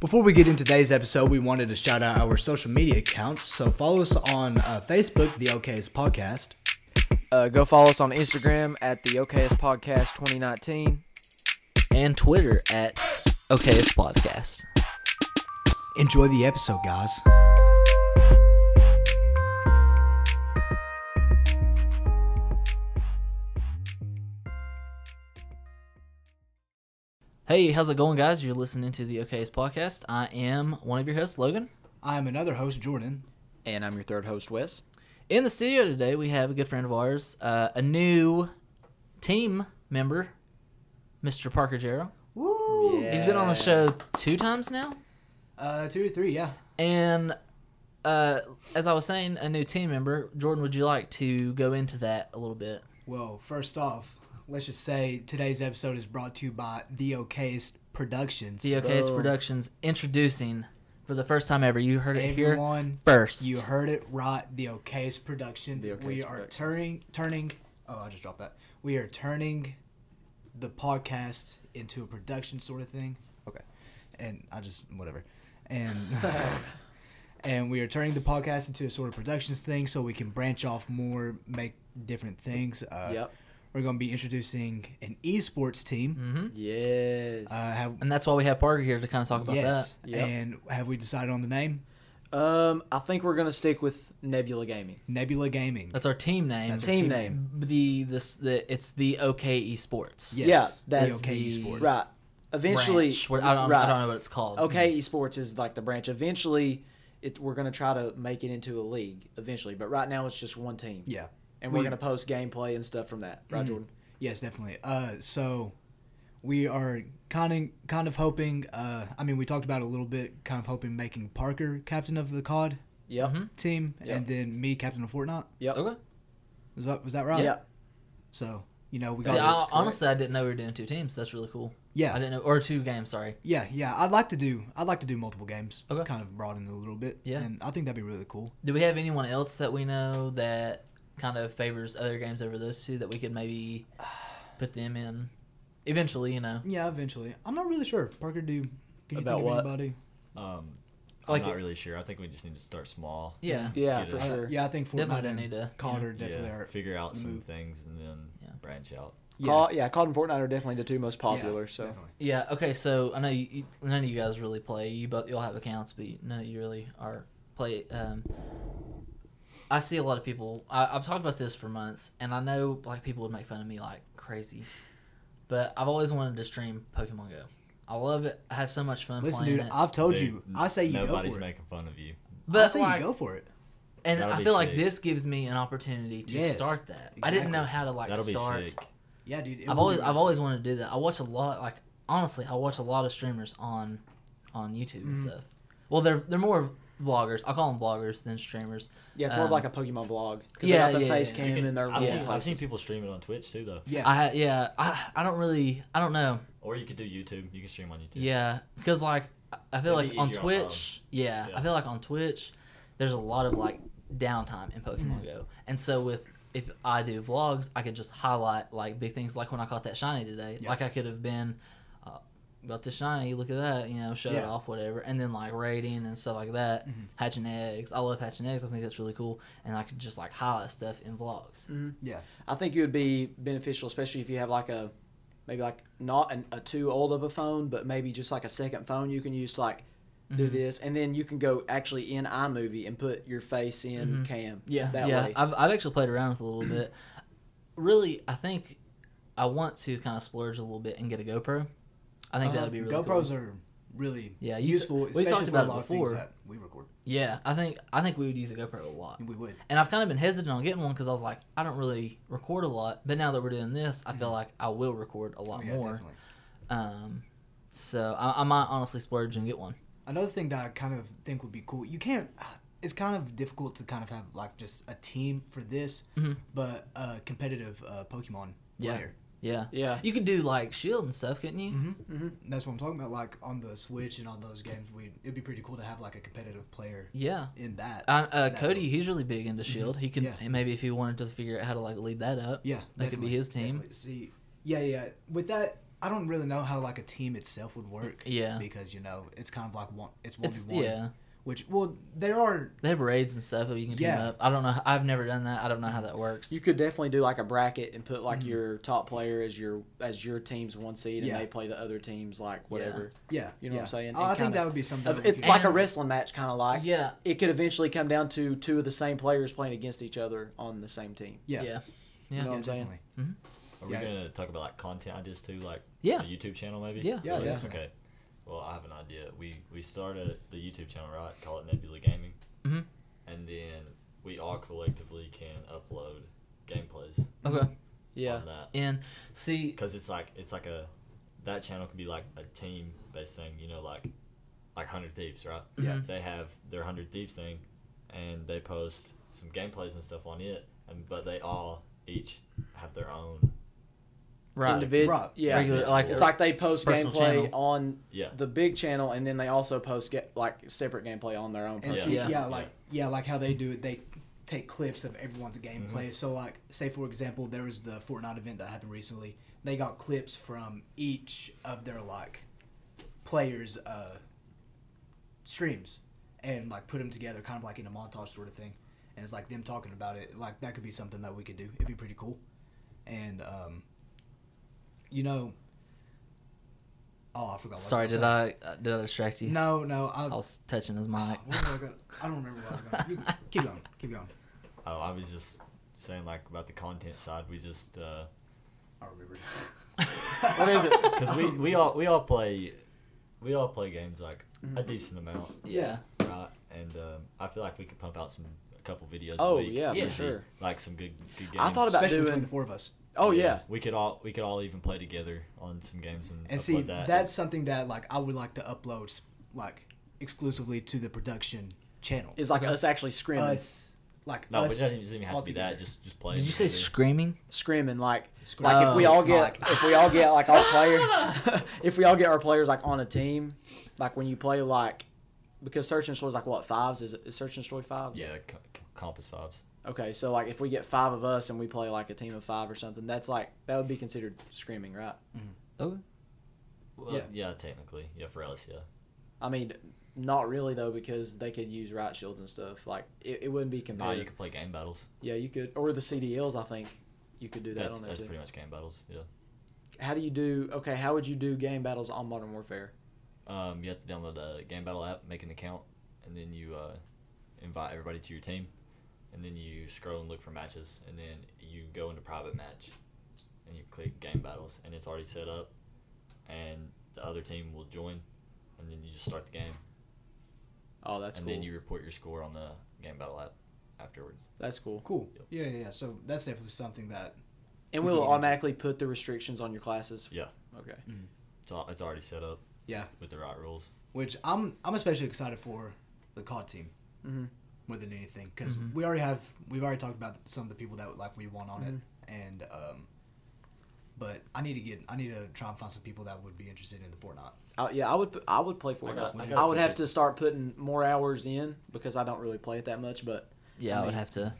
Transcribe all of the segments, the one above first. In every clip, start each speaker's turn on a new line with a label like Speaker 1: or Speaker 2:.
Speaker 1: Before we get into today's episode, we wanted to shout out our social media accounts. So follow us on uh, Facebook, The OKS Podcast.
Speaker 2: Uh, go follow us on Instagram at the OKS Podcast 2019.
Speaker 3: and Twitter at OKS Podcast.
Speaker 1: Enjoy the episode, guys.
Speaker 3: Hey, how's it going, guys? You're listening to the OKS Podcast. I am one of your hosts, Logan.
Speaker 1: I'm another host, Jordan.
Speaker 2: And I'm your third host, Wes.
Speaker 3: In the studio today, we have a good friend of ours, uh, a new team member, Mr. Parker Jarrow.
Speaker 1: Woo!
Speaker 3: He's been on the show two times now.
Speaker 1: Uh, two or three, yeah.
Speaker 3: And uh, as I was saying, a new team member. Jordan, would you like to go into that a little bit?
Speaker 1: Well, first off, let's just say today's episode is brought to you by The OKS Productions.
Speaker 3: The OKS
Speaker 2: So-
Speaker 3: Productions introducing for the first time ever. You heard it here
Speaker 1: Everyone,
Speaker 3: first.
Speaker 1: You heard it right. The OKs Productions.
Speaker 2: The OKs
Speaker 1: we are
Speaker 2: Productions.
Speaker 1: turning turning. Oh, I just dropped that. We are turning the podcast into a production sort of thing. Okay, and I just whatever, and and we are turning the podcast into a sort of productions thing, so we can branch off more, make different things. Uh,
Speaker 2: Yep.
Speaker 1: We're going to be introducing an esports team.
Speaker 2: Mm. Yes.
Speaker 1: Uh, have,
Speaker 3: and that's why we have Parker here to kind of talk about
Speaker 1: yes,
Speaker 3: that.
Speaker 2: Yep.
Speaker 1: and have we decided on the name?
Speaker 2: um, I think we're gonna stick with Nebula Gaming.
Speaker 1: Nebula Gaming.
Speaker 3: That's our team name.
Speaker 1: That's our
Speaker 2: Team,
Speaker 1: team
Speaker 2: name.
Speaker 3: the this the it's the OK Esports.
Speaker 1: Yes,
Speaker 2: Yeah, that's
Speaker 1: the OK
Speaker 3: the-
Speaker 1: Esports.
Speaker 2: Right. Eventually,
Speaker 3: branch. What- I don't,
Speaker 2: right.
Speaker 3: I don't know what it's called.
Speaker 2: okay, esports is like the branch. Eventually, it, we're gonna try to make it into a league eventually, but right now it's just one team.
Speaker 1: Yeah.
Speaker 2: And we're
Speaker 1: We- Mm-hmm.
Speaker 2: gonna post gameplay and stuff from that. Right, Jordan.
Speaker 1: Yes, definitely. Uh, so we are kind of kind of hoping. Uh, I mean, we talked about it a little bit. Kind of hoping making Parker captain of the COD
Speaker 2: Yep.
Speaker 3: Mm-hmm.
Speaker 1: team,
Speaker 2: Yeah.
Speaker 1: and then me captain of Fortnite.
Speaker 2: Yep.
Speaker 3: Mm. Okay.
Speaker 1: Was that was that right?
Speaker 2: Yep.
Speaker 1: So you know we
Speaker 3: See,
Speaker 1: got.
Speaker 2: is
Speaker 3: I,
Speaker 2: correct.
Speaker 3: honestly, I didn't know we were doing two teams. That's really cool. I
Speaker 1: yeah,
Speaker 3: didn't know, or two games. Sorry.
Speaker 1: yeah, yeah. I'd like to do. I'd like to do multiple games.
Speaker 3: Okay.
Speaker 1: Kind of broaden it a little bit.
Speaker 3: Yeah.
Speaker 1: And I think that'd be really cool.
Speaker 3: Do we have anyone else that we know that kind of favors other games over those two that we could maybe put them in eventually? You know,
Speaker 1: Yeah, eventually. I'm not really sure. Parker, do can you think
Speaker 2: About
Speaker 1: of
Speaker 2: what?
Speaker 1: anybody?
Speaker 4: Um,
Speaker 3: Like
Speaker 4: I'm
Speaker 3: it-
Speaker 4: not really sure. I think we just need to start small.
Speaker 3: yeah.
Speaker 2: Yeah,
Speaker 4: Get
Speaker 2: for
Speaker 4: it.
Speaker 1: Uh,
Speaker 2: sure.
Speaker 1: yeah, I think Fortnite
Speaker 3: Definitely don't
Speaker 1: and
Speaker 3: need to-
Speaker 1: COD are
Speaker 4: Yeah,
Speaker 1: definitely our-
Speaker 4: figure out some
Speaker 1: move.
Speaker 4: things and then
Speaker 3: Yeah.
Speaker 4: branch out.
Speaker 1: yeah,
Speaker 2: Call, yeah, COD and Fortnite are definitely the two most
Speaker 1: yeah,
Speaker 2: popular. so
Speaker 1: definitely.
Speaker 3: Yeah. Okay. So I know you, you- none of you guys really play. You both you all have accounts, but you, none of you really are play. Um, I see a lot of people. I, I've talked about this for months, and I know like people would make fun of me like crazy, but I've always wanted to stream Pokemon Go. I love it. I have so much fun
Speaker 1: Listen,
Speaker 3: playing
Speaker 1: dude,
Speaker 3: it.
Speaker 1: I've told
Speaker 4: Dude,
Speaker 1: you. I say you go for
Speaker 4: Nobody's
Speaker 1: it.
Speaker 4: making fun of you.
Speaker 1: I
Speaker 3: but
Speaker 1: say
Speaker 3: like,
Speaker 1: you go for it.
Speaker 3: and
Speaker 4: That'll
Speaker 3: I
Speaker 4: be
Speaker 3: feel like
Speaker 4: sick.
Speaker 3: this gives me an opportunity to
Speaker 1: Yes,
Speaker 3: start that. I didn't
Speaker 1: exactly.
Speaker 3: know how to like
Speaker 4: That'll
Speaker 3: start.
Speaker 4: be sick.
Speaker 1: Yeah, dude. it would
Speaker 3: I've
Speaker 1: be
Speaker 3: always
Speaker 1: really
Speaker 3: I've always wanted to do that. I watch a lot like honestly, I watch a lot of streamers on on YouTube
Speaker 1: Mm-hmm.
Speaker 3: and stuff. Well, they're they're more vloggers. I call them vloggers than streamers.
Speaker 2: yeah, it's more of
Speaker 3: Um,
Speaker 2: like a Pokemon vlog. Because
Speaker 3: yeah,
Speaker 2: they got the
Speaker 3: yeah,
Speaker 2: face
Speaker 3: yeah.
Speaker 2: cam
Speaker 4: You can-
Speaker 2: and their
Speaker 4: I've,
Speaker 2: yeah,
Speaker 4: seen, I've
Speaker 2: places.
Speaker 4: seen people stream it on Twitch too, though.
Speaker 1: Yeah.
Speaker 3: I yeah, I I don't really I don't know.
Speaker 4: Or you could do YouTube. You can stream on YouTube.
Speaker 3: Yeah, because like I- I feel
Speaker 4: It'd
Speaker 3: like
Speaker 4: be
Speaker 3: on
Speaker 4: easier on
Speaker 3: Twitch, yeah, I
Speaker 4: Yeah.
Speaker 3: feel like on Twitch, there's a lot of like downtime in
Speaker 1: Mm-hmm.
Speaker 3: Pokemon Go, and so with if I do vlogs, I could just highlight like big things, like when I caught that shiny today.
Speaker 1: Yeah.
Speaker 3: Like I could have been uh, got the shiny, look at that, you know, show it
Speaker 1: Yeah. Mm-hmm.
Speaker 3: off, whatever, and then like rating and stuff like that, hatching eggs. I love hatching eggs. I think that's really cool, and I could just like highlight stuff in vlogs.
Speaker 1: yeah.
Speaker 2: I think it would be beneficial, especially if you have like a maybe like not an, a too old of a phone, but maybe just like a second phone you can use to like do this, and then you can go actually in iMovie and put your face in cam.
Speaker 3: Yeah,
Speaker 2: that
Speaker 3: yeah.
Speaker 2: way.
Speaker 3: I've, I've actually played around with it a little bit. Really, I think I want to kind of splurge a little bit and get a GoPro. I think that
Speaker 1: Uh,
Speaker 3: would be really
Speaker 1: GoPros
Speaker 3: cool.
Speaker 1: are really
Speaker 3: Yeah, you-
Speaker 1: useful.
Speaker 3: we
Speaker 1: especially
Speaker 3: talked
Speaker 1: for
Speaker 3: about
Speaker 1: a
Speaker 3: it
Speaker 1: lot of things
Speaker 3: before.
Speaker 1: that we record.
Speaker 3: Yeah, I think I think we would use a GoPro a lot.
Speaker 1: We would.
Speaker 3: And I've kind of been hesitant on getting one because I was like, I don't really record a lot. But now that we're doing this, I feel like I will record a lot
Speaker 1: Mm-hmm. Oh, Yeah,
Speaker 3: more.
Speaker 1: definitely.
Speaker 3: Um, so I, I might honestly splurge and get one.
Speaker 1: Another thing that I kind of think would be cool. You can't. It's kind of difficult to kind of have like just a team for this, but a competitive uh, Pokemon
Speaker 3: Mm-hmm. Yeah.
Speaker 1: player.
Speaker 3: Yeah,
Speaker 2: Yeah.
Speaker 3: You could do like Shield E and stuff, couldn't
Speaker 1: Mm-hmm.
Speaker 3: you?
Speaker 1: That's what I'm talking about. Like on the Switch and on those games, we it'd be pretty cool to have like a competitive player
Speaker 3: Yeah.
Speaker 1: in that.
Speaker 3: I, uh,
Speaker 1: that
Speaker 3: Cody,
Speaker 1: field.
Speaker 3: he's really big into Shield. E He can
Speaker 1: Mm-hmm. Yeah.
Speaker 3: and maybe if he wanted to figure out how to like lead that up.
Speaker 1: Yeah,
Speaker 3: that could be
Speaker 1: definitely,
Speaker 3: his team.
Speaker 1: definitely. See, yeah, yeah. With that, I don't really know how like a team itself would work.
Speaker 3: Yeah.
Speaker 1: Because you know it's kind of like one. It's one v
Speaker 3: It's
Speaker 1: one.
Speaker 3: yeah.
Speaker 1: Which well, there are
Speaker 3: They have raids and stuff that you can team
Speaker 1: Yeah.
Speaker 3: up. I don't know. I've never done that. I don't know how that works.
Speaker 2: You could definitely do like a bracket and put like your top player as your as your team's one seed, and
Speaker 1: Yeah.
Speaker 2: they play the other teams like whatever.
Speaker 1: yeah.
Speaker 2: You know what I'm
Speaker 1: yeah. Oh,
Speaker 2: saying?
Speaker 1: I,
Speaker 2: And
Speaker 1: I think
Speaker 2: kinda-
Speaker 1: that would be something. that we
Speaker 2: It's
Speaker 1: could-
Speaker 2: like a
Speaker 3: And-
Speaker 2: wrestling match, kind of like.
Speaker 3: yeah.
Speaker 2: It could eventually come down to two of the same players playing against each other on the same team.
Speaker 1: yeah.
Speaker 3: Yeah.
Speaker 2: You
Speaker 3: Yeah.
Speaker 2: know what I'm saying?
Speaker 1: definitely.
Speaker 4: Are we
Speaker 1: Yeah.
Speaker 4: gonna talk about like content ideas too, like
Speaker 3: Yeah.
Speaker 4: a YouTube channel maybe?
Speaker 3: Yeah.
Speaker 1: Yeah, definitely.
Speaker 4: Okay. Well, I have an idea. We we started the YouTube channel, right? Call it Nebula Gaming.
Speaker 3: Mhm.
Speaker 4: And then we all collectively can upload gameplays
Speaker 3: Okay.
Speaker 2: Yeah.
Speaker 4: on that
Speaker 3: And see,
Speaker 4: because it's like it's like a that channel could be like a team based thing. You know, like like Hundred Thieves, right?
Speaker 1: Yeah.
Speaker 3: Mhm.
Speaker 4: They have their Hundred Thieves thing, and they post some gameplays and stuff on it. And but they all each have their own.
Speaker 3: right.
Speaker 2: Individ-
Speaker 1: Right.
Speaker 2: Yeah.
Speaker 3: Regular, like,
Speaker 2: it's like they post
Speaker 3: personal
Speaker 2: gameplay
Speaker 3: channel.
Speaker 2: on
Speaker 4: Yeah.
Speaker 2: the big channel, and then they also post get like separate gameplay on their own.
Speaker 1: And
Speaker 4: Yeah.
Speaker 1: see,
Speaker 3: Yeah.
Speaker 1: yeah, like yeah, like how they do it. They take clips of everyone's gameplay. So, like, say for example, there was the Fortnite event that happened recently. They got clips from each of their like players' uh, streams and like put them together, kind of like in a montage sort of thing. And it's like them talking about it. Like that could be something that we could do. It'd be pretty cool. And um, you know, oh, I forgot. what I was
Speaker 3: Sorry,
Speaker 1: gonna
Speaker 3: did
Speaker 1: say.
Speaker 3: I uh, did I distract you?
Speaker 1: No, no, I,
Speaker 3: I was touching his mic.
Speaker 1: what was I gonna- I don't remember what I was going. to Keep going. Keep going.
Speaker 4: Oh, I was just saying like about the content side. We just. Uh,
Speaker 1: I remember.
Speaker 2: What is it?
Speaker 4: Because we, we all we all play we all play games like
Speaker 2: Mm-hmm.
Speaker 4: a decent amount,
Speaker 3: Yeah.
Speaker 4: right? And um, I feel like we could pump out some a couple videos.
Speaker 2: Oh,
Speaker 4: a week.
Speaker 2: yeah, for
Speaker 4: It'd be,
Speaker 2: sure.
Speaker 4: Like some good good games.
Speaker 2: I thought about
Speaker 1: Especially
Speaker 2: doing-
Speaker 1: between the four of us.
Speaker 2: Oh yeah.
Speaker 4: we could all we could all even play together on some games and,
Speaker 1: And
Speaker 4: upload
Speaker 1: see,
Speaker 4: that.
Speaker 1: that's something that like I would like to upload s- like exclusively to the production channel.
Speaker 2: It's like us actually scrimming,
Speaker 1: us like
Speaker 4: no, it
Speaker 1: us
Speaker 4: doesn't even have to be that.
Speaker 1: altogether.
Speaker 4: Just just play.
Speaker 3: Did
Speaker 4: it
Speaker 3: you say
Speaker 4: together.
Speaker 3: screaming?
Speaker 2: scrimming like
Speaker 1: Scrimming.
Speaker 2: like if we
Speaker 3: Oh,
Speaker 2: all get if we all get like our player if we all get our players like on a team, like when you play like because search and destroy is like what fives is, it, is search and destroy fives?
Speaker 4: Yeah, co- co- compass fives.
Speaker 2: Okay, so like if we get five of us and we play like a team of five or something, that's like that would be considered scrimming, right?
Speaker 3: Okay.
Speaker 4: Well, yeah.
Speaker 1: Yeah.
Speaker 4: technically, yeah, for us, yeah.
Speaker 2: I mean, not really though because they could use right shields and stuff. Like it, it wouldn't be
Speaker 4: No,
Speaker 2: competitive.
Speaker 4: Oh, you could play game battles.
Speaker 2: Yeah, you could, or the CDLs. I think you could do that
Speaker 4: That's
Speaker 2: on there
Speaker 4: that's
Speaker 2: too.
Speaker 4: pretty much game battles. Yeah.
Speaker 2: How do you do? Okay, how would you do game battles on Modern Warfare?
Speaker 4: Um, you have to download a game battle app, make an account, and then you uh, invite everybody to your team, and then you scroll and look for matches, and then you go into private match, and you click game battles, and it's already set up, and the other team will join, and then you just start the game,
Speaker 2: Oh, that's
Speaker 4: and
Speaker 2: cool.
Speaker 4: then you report your score on the game battle app afterwards.
Speaker 2: that's cool.
Speaker 1: cool.
Speaker 4: Yep.
Speaker 1: Yeah, yeah, yeah. So that's definitely something that
Speaker 2: And
Speaker 1: We
Speaker 2: we'll
Speaker 1: can get into-
Speaker 2: automatically put the restrictions on your classes.
Speaker 4: Yeah.
Speaker 2: Okay.
Speaker 4: It's al- it's already set up.
Speaker 1: Yeah.
Speaker 4: With the right rules.
Speaker 1: which I'm I'm especially excited for the COD team
Speaker 2: Mhm.
Speaker 1: more than anything because
Speaker 2: Mm-hmm.
Speaker 1: we already have we've already talked about some of the people that like we want on it
Speaker 2: Mm-hmm.
Speaker 1: and um, but I need to get I need to try and find some people that would be interested in the Fortnite.
Speaker 2: I, yeah, I would. pu- I would play Fortnite. I,
Speaker 4: got- I got
Speaker 2: would
Speaker 4: a
Speaker 2: have
Speaker 4: few-
Speaker 2: to start putting more hours in because I don't really play it that much. But
Speaker 3: Yeah, I,
Speaker 2: I
Speaker 3: would
Speaker 2: mean-
Speaker 3: have to.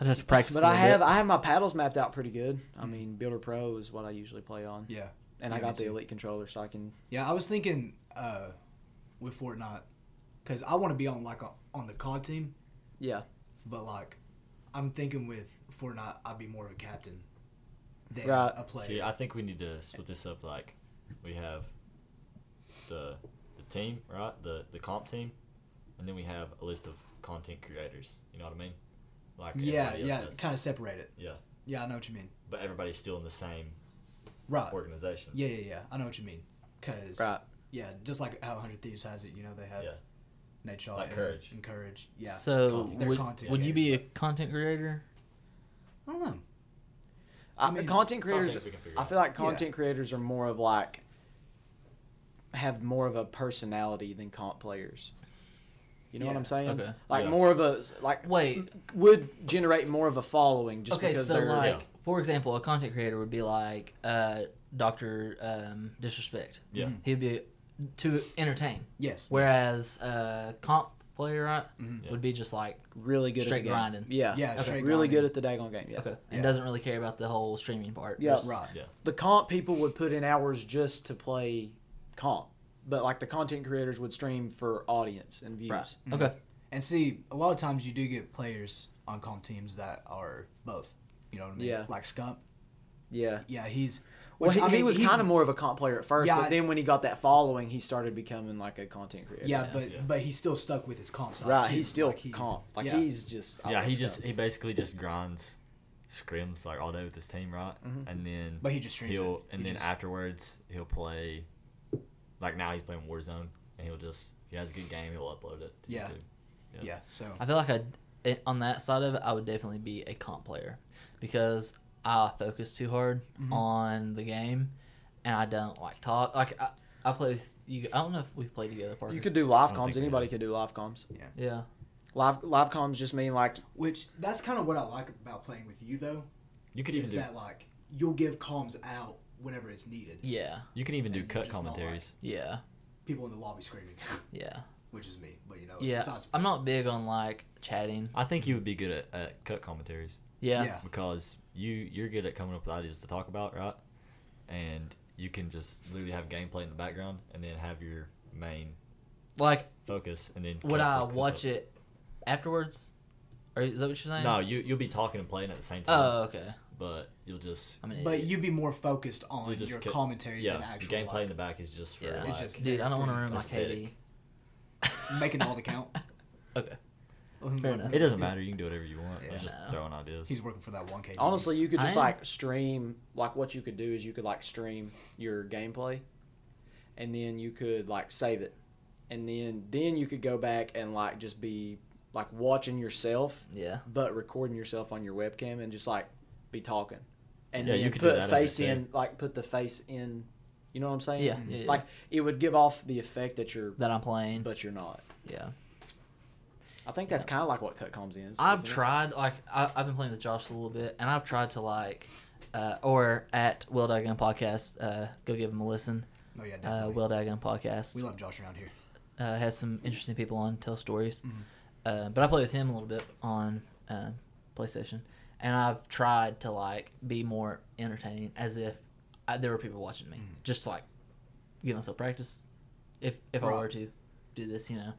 Speaker 3: I'd have to practice.
Speaker 2: but
Speaker 3: a
Speaker 2: I
Speaker 3: little
Speaker 2: have
Speaker 3: bit.
Speaker 2: I have my paddles mapped out pretty good. I mean, Builder Pro is what I usually play on,
Speaker 1: Yeah.
Speaker 2: and I
Speaker 1: Yeah, me
Speaker 2: got the
Speaker 1: too.
Speaker 2: Elite controller, so I can.
Speaker 1: Yeah, I was thinking uh, with Fortnite because I want to be on like a, on the COD team,
Speaker 2: Yeah.
Speaker 1: but like I'm thinking with Fortnite, I'd be more of a captain than
Speaker 2: Right.
Speaker 1: a player.
Speaker 4: See, I think we need to split this up. Like, we have the the team, right? The the comp team, and then we have a list of content creators. You know what I mean? Like
Speaker 1: yeah,
Speaker 4: everybody else
Speaker 1: yeah,
Speaker 4: has.
Speaker 1: kind of separate it.
Speaker 4: yeah.
Speaker 1: Yeah, I know what you mean.
Speaker 4: But everybody's still in the same
Speaker 2: Uh,
Speaker 1: Right.
Speaker 4: organization.
Speaker 1: Yeah, yeah, yeah. I know what you mean. Cause
Speaker 2: Right.
Speaker 1: yeah, just like how Hundred Thieves has it, you know, they have
Speaker 4: Yeah.
Speaker 1: Nate Shaw
Speaker 4: Like
Speaker 1: and
Speaker 4: Courage.
Speaker 1: and Courage. Yeah.
Speaker 3: So
Speaker 4: Content.
Speaker 1: They're
Speaker 3: would,
Speaker 1: content
Speaker 3: would you be a
Speaker 4: creators,
Speaker 3: content creator?
Speaker 1: I don't know.
Speaker 2: I
Speaker 1: I mean,
Speaker 2: content
Speaker 4: It's all
Speaker 2: creators.
Speaker 4: things we can figure
Speaker 2: I
Speaker 4: out.
Speaker 2: feel like content creators are more of like have more of a personality than comp players. You know what
Speaker 1: Yeah.
Speaker 2: I'm saying?
Speaker 3: Okay.
Speaker 2: Like
Speaker 4: Yeah.
Speaker 2: more of a like
Speaker 3: Wait.
Speaker 2: would generate more of a following just
Speaker 3: okay,
Speaker 2: because
Speaker 3: so
Speaker 2: they're
Speaker 3: like
Speaker 4: Yeah.
Speaker 3: for example, a content creator would be like uh, Doctor um, Disrespect.
Speaker 4: Yeah.
Speaker 3: He'd be to entertain,
Speaker 1: Yes.
Speaker 3: whereas uh, comp multiplayer, right?
Speaker 1: Mhm.
Speaker 4: Yeah.
Speaker 3: Would be just like
Speaker 2: really good
Speaker 3: Straight
Speaker 2: at the game.
Speaker 3: grinding.
Speaker 2: Yeah,
Speaker 1: Yeah,
Speaker 3: Okay.
Speaker 1: straight
Speaker 2: really
Speaker 1: grinding.
Speaker 2: good at the daggone game. Yeah,
Speaker 3: okay,
Speaker 1: Yeah.
Speaker 3: and doesn't really care about the whole streaming part.
Speaker 2: Yeah.
Speaker 3: just-
Speaker 1: Right.
Speaker 4: Yeah.
Speaker 2: the comp people would put in hours just to play comp, but like the content creators would stream for audience and views.
Speaker 3: Right.
Speaker 1: Mhm.
Speaker 3: Okay.
Speaker 1: And see, a lot of times you do get players on comp teams that are both. You know what I mean?
Speaker 2: Yeah.
Speaker 1: Like Scump.
Speaker 2: Yeah.
Speaker 1: Yeah, he's.
Speaker 2: Well,
Speaker 1: which,
Speaker 2: he,
Speaker 1: I
Speaker 2: he
Speaker 1: mean,
Speaker 2: was
Speaker 1: he's-
Speaker 2: kind of more of a comp player at first,
Speaker 1: Yeah,
Speaker 2: but
Speaker 1: I-
Speaker 2: then when he got that following, he started becoming like a content creator.
Speaker 1: Yeah, but
Speaker 4: Yeah.
Speaker 1: but he's still stuck with his comp side.
Speaker 2: right.
Speaker 1: too.
Speaker 2: He's still
Speaker 1: Like, he-
Speaker 2: comp. Like
Speaker 1: yeah.
Speaker 2: he's just. I
Speaker 4: Yeah, he
Speaker 2: love
Speaker 4: just
Speaker 2: stuff.
Speaker 4: he basically just grinds scrims like all day with his team, right?
Speaker 2: Mhm.
Speaker 4: And then
Speaker 1: But he just streams
Speaker 4: he'll
Speaker 1: it.
Speaker 4: and
Speaker 1: He
Speaker 4: then
Speaker 1: just-
Speaker 4: afterwards he'll play like now he's playing Warzone and he'll just if he has a good game, he'll upload it to
Speaker 1: Yeah.
Speaker 4: YouTube.
Speaker 1: Yeah. so
Speaker 3: I feel like I, it- on that side of it, I would definitely be a comp player because I focus too hard
Speaker 1: Mhm.
Speaker 3: on the game, and I don't like talk. Like I, I play with you. I don't know if we played together. Parker.
Speaker 2: You could do live
Speaker 4: I don't
Speaker 2: comms.
Speaker 4: think we
Speaker 2: Anybody
Speaker 4: did.
Speaker 2: could do live comms.
Speaker 3: Yeah.
Speaker 2: Live live comms just mean like
Speaker 1: which that's kind of what I like about playing with you though
Speaker 4: You could even
Speaker 1: is
Speaker 4: do
Speaker 1: that like you'll give comms out whenever it's needed.
Speaker 3: Yeah.
Speaker 4: you can even do
Speaker 1: and
Speaker 4: cut
Speaker 1: just not like-
Speaker 4: commentaries.
Speaker 3: Yeah.
Speaker 1: People in the lobby screaming,
Speaker 3: Yeah.
Speaker 1: which is me, but you know, Oh, it's
Speaker 3: Yeah.
Speaker 1: besides
Speaker 3: I'm not big on like chatting.
Speaker 4: I think you would be good at, at cut commentaries.
Speaker 3: Yeah.
Speaker 1: Yeah.
Speaker 4: because you you're good at coming up with ideas to talk about, right? And you can just literally have gameplay in the background and then have your main
Speaker 3: Like
Speaker 4: focus and then
Speaker 3: would I watch it afterwards? Or is that what you're saying?
Speaker 4: No, you you'll be talking and playing at the same time,
Speaker 1: Uh,
Speaker 3: Oh, okay.
Speaker 4: but you'll just
Speaker 3: I mean,
Speaker 1: But you'd be more focused on
Speaker 4: you'll just
Speaker 1: your
Speaker 4: cut-
Speaker 1: commentary
Speaker 4: Yeah,
Speaker 1: than
Speaker 4: the
Speaker 1: actual
Speaker 4: gameplay
Speaker 1: like,
Speaker 4: in the back is just for
Speaker 3: Yeah.
Speaker 1: It's
Speaker 4: like,
Speaker 1: just-
Speaker 3: dude, I don't want to
Speaker 1: very
Speaker 3: ruin my KD.
Speaker 4: aesthetic.
Speaker 1: making all the count.
Speaker 3: Okay.
Speaker 1: Like,
Speaker 3: enough.
Speaker 4: it doesn't matter. You can do whatever you want.
Speaker 1: Yeah.
Speaker 4: It's just
Speaker 3: No.
Speaker 4: throwing ideas.
Speaker 1: He's working for that one K.
Speaker 2: honestly, you could
Speaker 3: I
Speaker 2: just
Speaker 3: am-
Speaker 2: like stream. Like what you could do is you could like stream your gameplay, and then you could like save it, and then then you could go back and like just be like watching yourself,
Speaker 3: Yeah.
Speaker 2: but recording yourself on your webcam and just like be talking, and
Speaker 4: Yeah,
Speaker 2: then
Speaker 4: you could do
Speaker 2: put
Speaker 4: that on
Speaker 2: face
Speaker 4: there, too.
Speaker 2: in like put the face in. You know what I'm saying?
Speaker 3: Yeah, yeah, yeah.
Speaker 2: Like it would give off the effect that you're,
Speaker 3: That I'm playing.
Speaker 2: but you're not.
Speaker 3: yeah.
Speaker 2: I think that's kind of like what Cutcoms is.
Speaker 3: I've
Speaker 2: isn't it?
Speaker 3: tried like I, I've been playing with Josh a little bit, and I've tried to like, uh, or at Will Dagon Podcast, uh, go give him a listen.
Speaker 1: oh yeah,
Speaker 3: Uh,
Speaker 1: definitely.
Speaker 3: Will Dagon
Speaker 1: we
Speaker 3: Podcast
Speaker 1: love Josh around here.
Speaker 3: uh, has some interesting people on tell stories,
Speaker 4: Mm-hmm.
Speaker 1: Mhm.
Speaker 3: uh, but I play with him a little bit on um PlayStation, and I've tried to like be more entertaining, as if I, there were people watching me,
Speaker 4: Mm-hmm.
Speaker 3: just to, like give myself practice, if if I
Speaker 1: Right.
Speaker 3: were to do this, you know.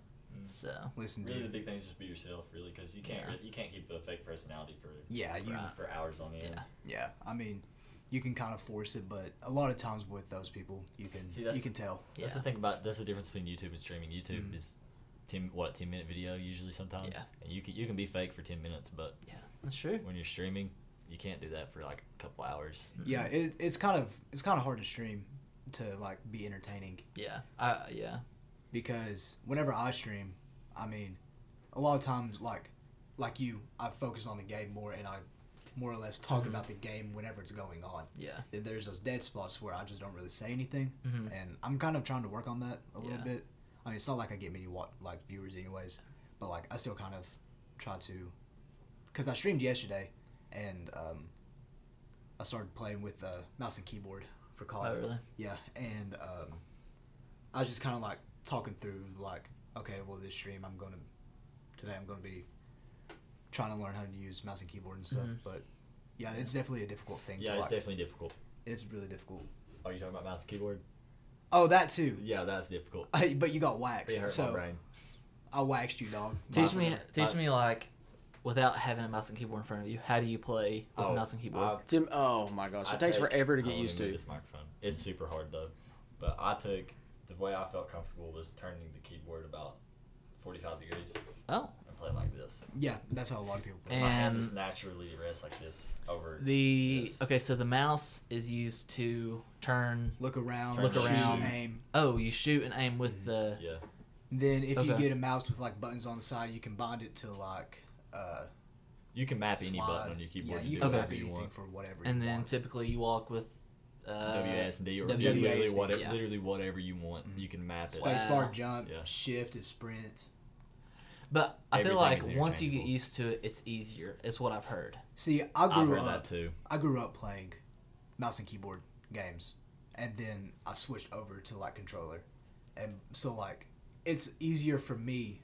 Speaker 3: So
Speaker 1: Listen,
Speaker 4: Really, the
Speaker 1: dude.
Speaker 4: big thing is just be yourself, really, because you can't
Speaker 3: Yeah.
Speaker 4: you can't keep a fake personality for
Speaker 1: Yeah, you.
Speaker 3: Right.
Speaker 4: for hours on end.
Speaker 3: Yeah.
Speaker 1: Yeah, I mean, you can kind of force it, but a lot of times with those people, you can
Speaker 4: See, that's
Speaker 1: you can tell.
Speaker 3: yeah, Mm.
Speaker 4: That's the thing about that's the difference between YouTube and streaming. YouTube
Speaker 1: Mhm.
Speaker 4: is ten what ten minute video usually sometimes,
Speaker 3: Yeah.
Speaker 4: and you can you can be fake for ten minutes, but
Speaker 3: that's true.
Speaker 4: when you're streaming, you can't do that for like a couple hours.
Speaker 1: Yeah, it, it's kind of it's kind of hard to stream to like be entertaining
Speaker 3: Yeah, I, yeah.
Speaker 1: because whenever I stream, I mean, a lot of times like like you, I focus on the game more and I more or less talk
Speaker 3: Mhm.
Speaker 1: about the game whenever it's going on.
Speaker 3: Yeah.
Speaker 1: And There's those dead spots where I just don't really say anything,
Speaker 3: Mhm.
Speaker 1: and I'm kind of trying to work on that a
Speaker 3: Yeah.
Speaker 1: little bit. I mean, it's not like I get many wa- like viewers anyways, but like I still kind of try to, because I streamed yesterday, and um, I started playing with uh, mouse and keyboard for Call.
Speaker 3: Oh, really?
Speaker 1: Yeah, and um, I was just kind of like talking through like, okay, well this stream I'm gonna today I'm gonna be trying to learn how to use mouse and keyboard and stuff,
Speaker 3: Mhm.
Speaker 1: but yeah, it's definitely a difficult thing.
Speaker 4: Yeah,
Speaker 1: to,
Speaker 4: it's
Speaker 1: like,
Speaker 4: definitely difficult.
Speaker 1: it's really difficult.
Speaker 4: Are you talking about mouse and keyboard?
Speaker 1: Oh, that too.
Speaker 4: Yeah, that's difficult.
Speaker 1: but you got waxed,
Speaker 4: It hurt my
Speaker 1: so
Speaker 4: brain.
Speaker 1: I waxed you, dog.
Speaker 3: Teach
Speaker 4: My-
Speaker 3: me,
Speaker 4: my-
Speaker 3: teach me like, without having a mouse and keyboard in front of you, how do you play with
Speaker 4: Oh,
Speaker 3: a mouse and keyboard?
Speaker 4: I-
Speaker 2: Tim, oh my gosh, it
Speaker 4: I
Speaker 2: takes
Speaker 4: take-
Speaker 2: forever to
Speaker 4: I
Speaker 2: get
Speaker 4: wanna
Speaker 2: used
Speaker 4: move
Speaker 2: to.
Speaker 4: this microphone. It's super hard though, but I took the way I felt comfortable was turning the keyboard about forty-five degrees
Speaker 3: oh,
Speaker 4: and playing like this.
Speaker 1: Yeah, that's how a lot of people. Play.
Speaker 4: my hand
Speaker 3: And-
Speaker 4: just naturally rests like this over.
Speaker 3: the
Speaker 4: Yes.
Speaker 3: okay. So the mouse is used to turn.
Speaker 1: Look around,
Speaker 3: Look
Speaker 1: shoot,
Speaker 3: around.
Speaker 1: aim.
Speaker 3: Oh, you shoot and aim
Speaker 4: Mm-hmm.
Speaker 3: with the.
Speaker 4: yeah,
Speaker 1: Then if you
Speaker 3: Okay.
Speaker 1: get a mouse with like buttons on the side, you can bind it to like uh,
Speaker 4: you can map any
Speaker 1: slide.
Speaker 4: button on your keyboard.
Speaker 1: Yeah,
Speaker 4: and
Speaker 1: you
Speaker 4: do
Speaker 1: can
Speaker 3: Okay.
Speaker 1: map
Speaker 4: whatever you
Speaker 1: anything
Speaker 4: want.
Speaker 1: for whatever.
Speaker 3: And
Speaker 1: you
Speaker 3: then
Speaker 1: want.
Speaker 3: typically you walk with. Uh,
Speaker 4: WASD or do
Speaker 3: WASD,
Speaker 4: literally whatever,
Speaker 3: yeah.
Speaker 4: literally whatever you want. You can map it.
Speaker 1: Spacebar
Speaker 3: Wow.
Speaker 1: jump,
Speaker 4: Yeah.
Speaker 1: shift is sprint.
Speaker 3: But I feel
Speaker 4: Everything
Speaker 3: like
Speaker 4: is
Speaker 3: once you get
Speaker 4: interchangeable.
Speaker 3: used to it, it's easier. It's what I've heard.
Speaker 1: See, I
Speaker 4: I've
Speaker 1: grew
Speaker 4: heard
Speaker 1: up.
Speaker 4: that too.
Speaker 1: I grew up playing mouse and keyboard games, and then I switched over to like controller, and so like it's easier for me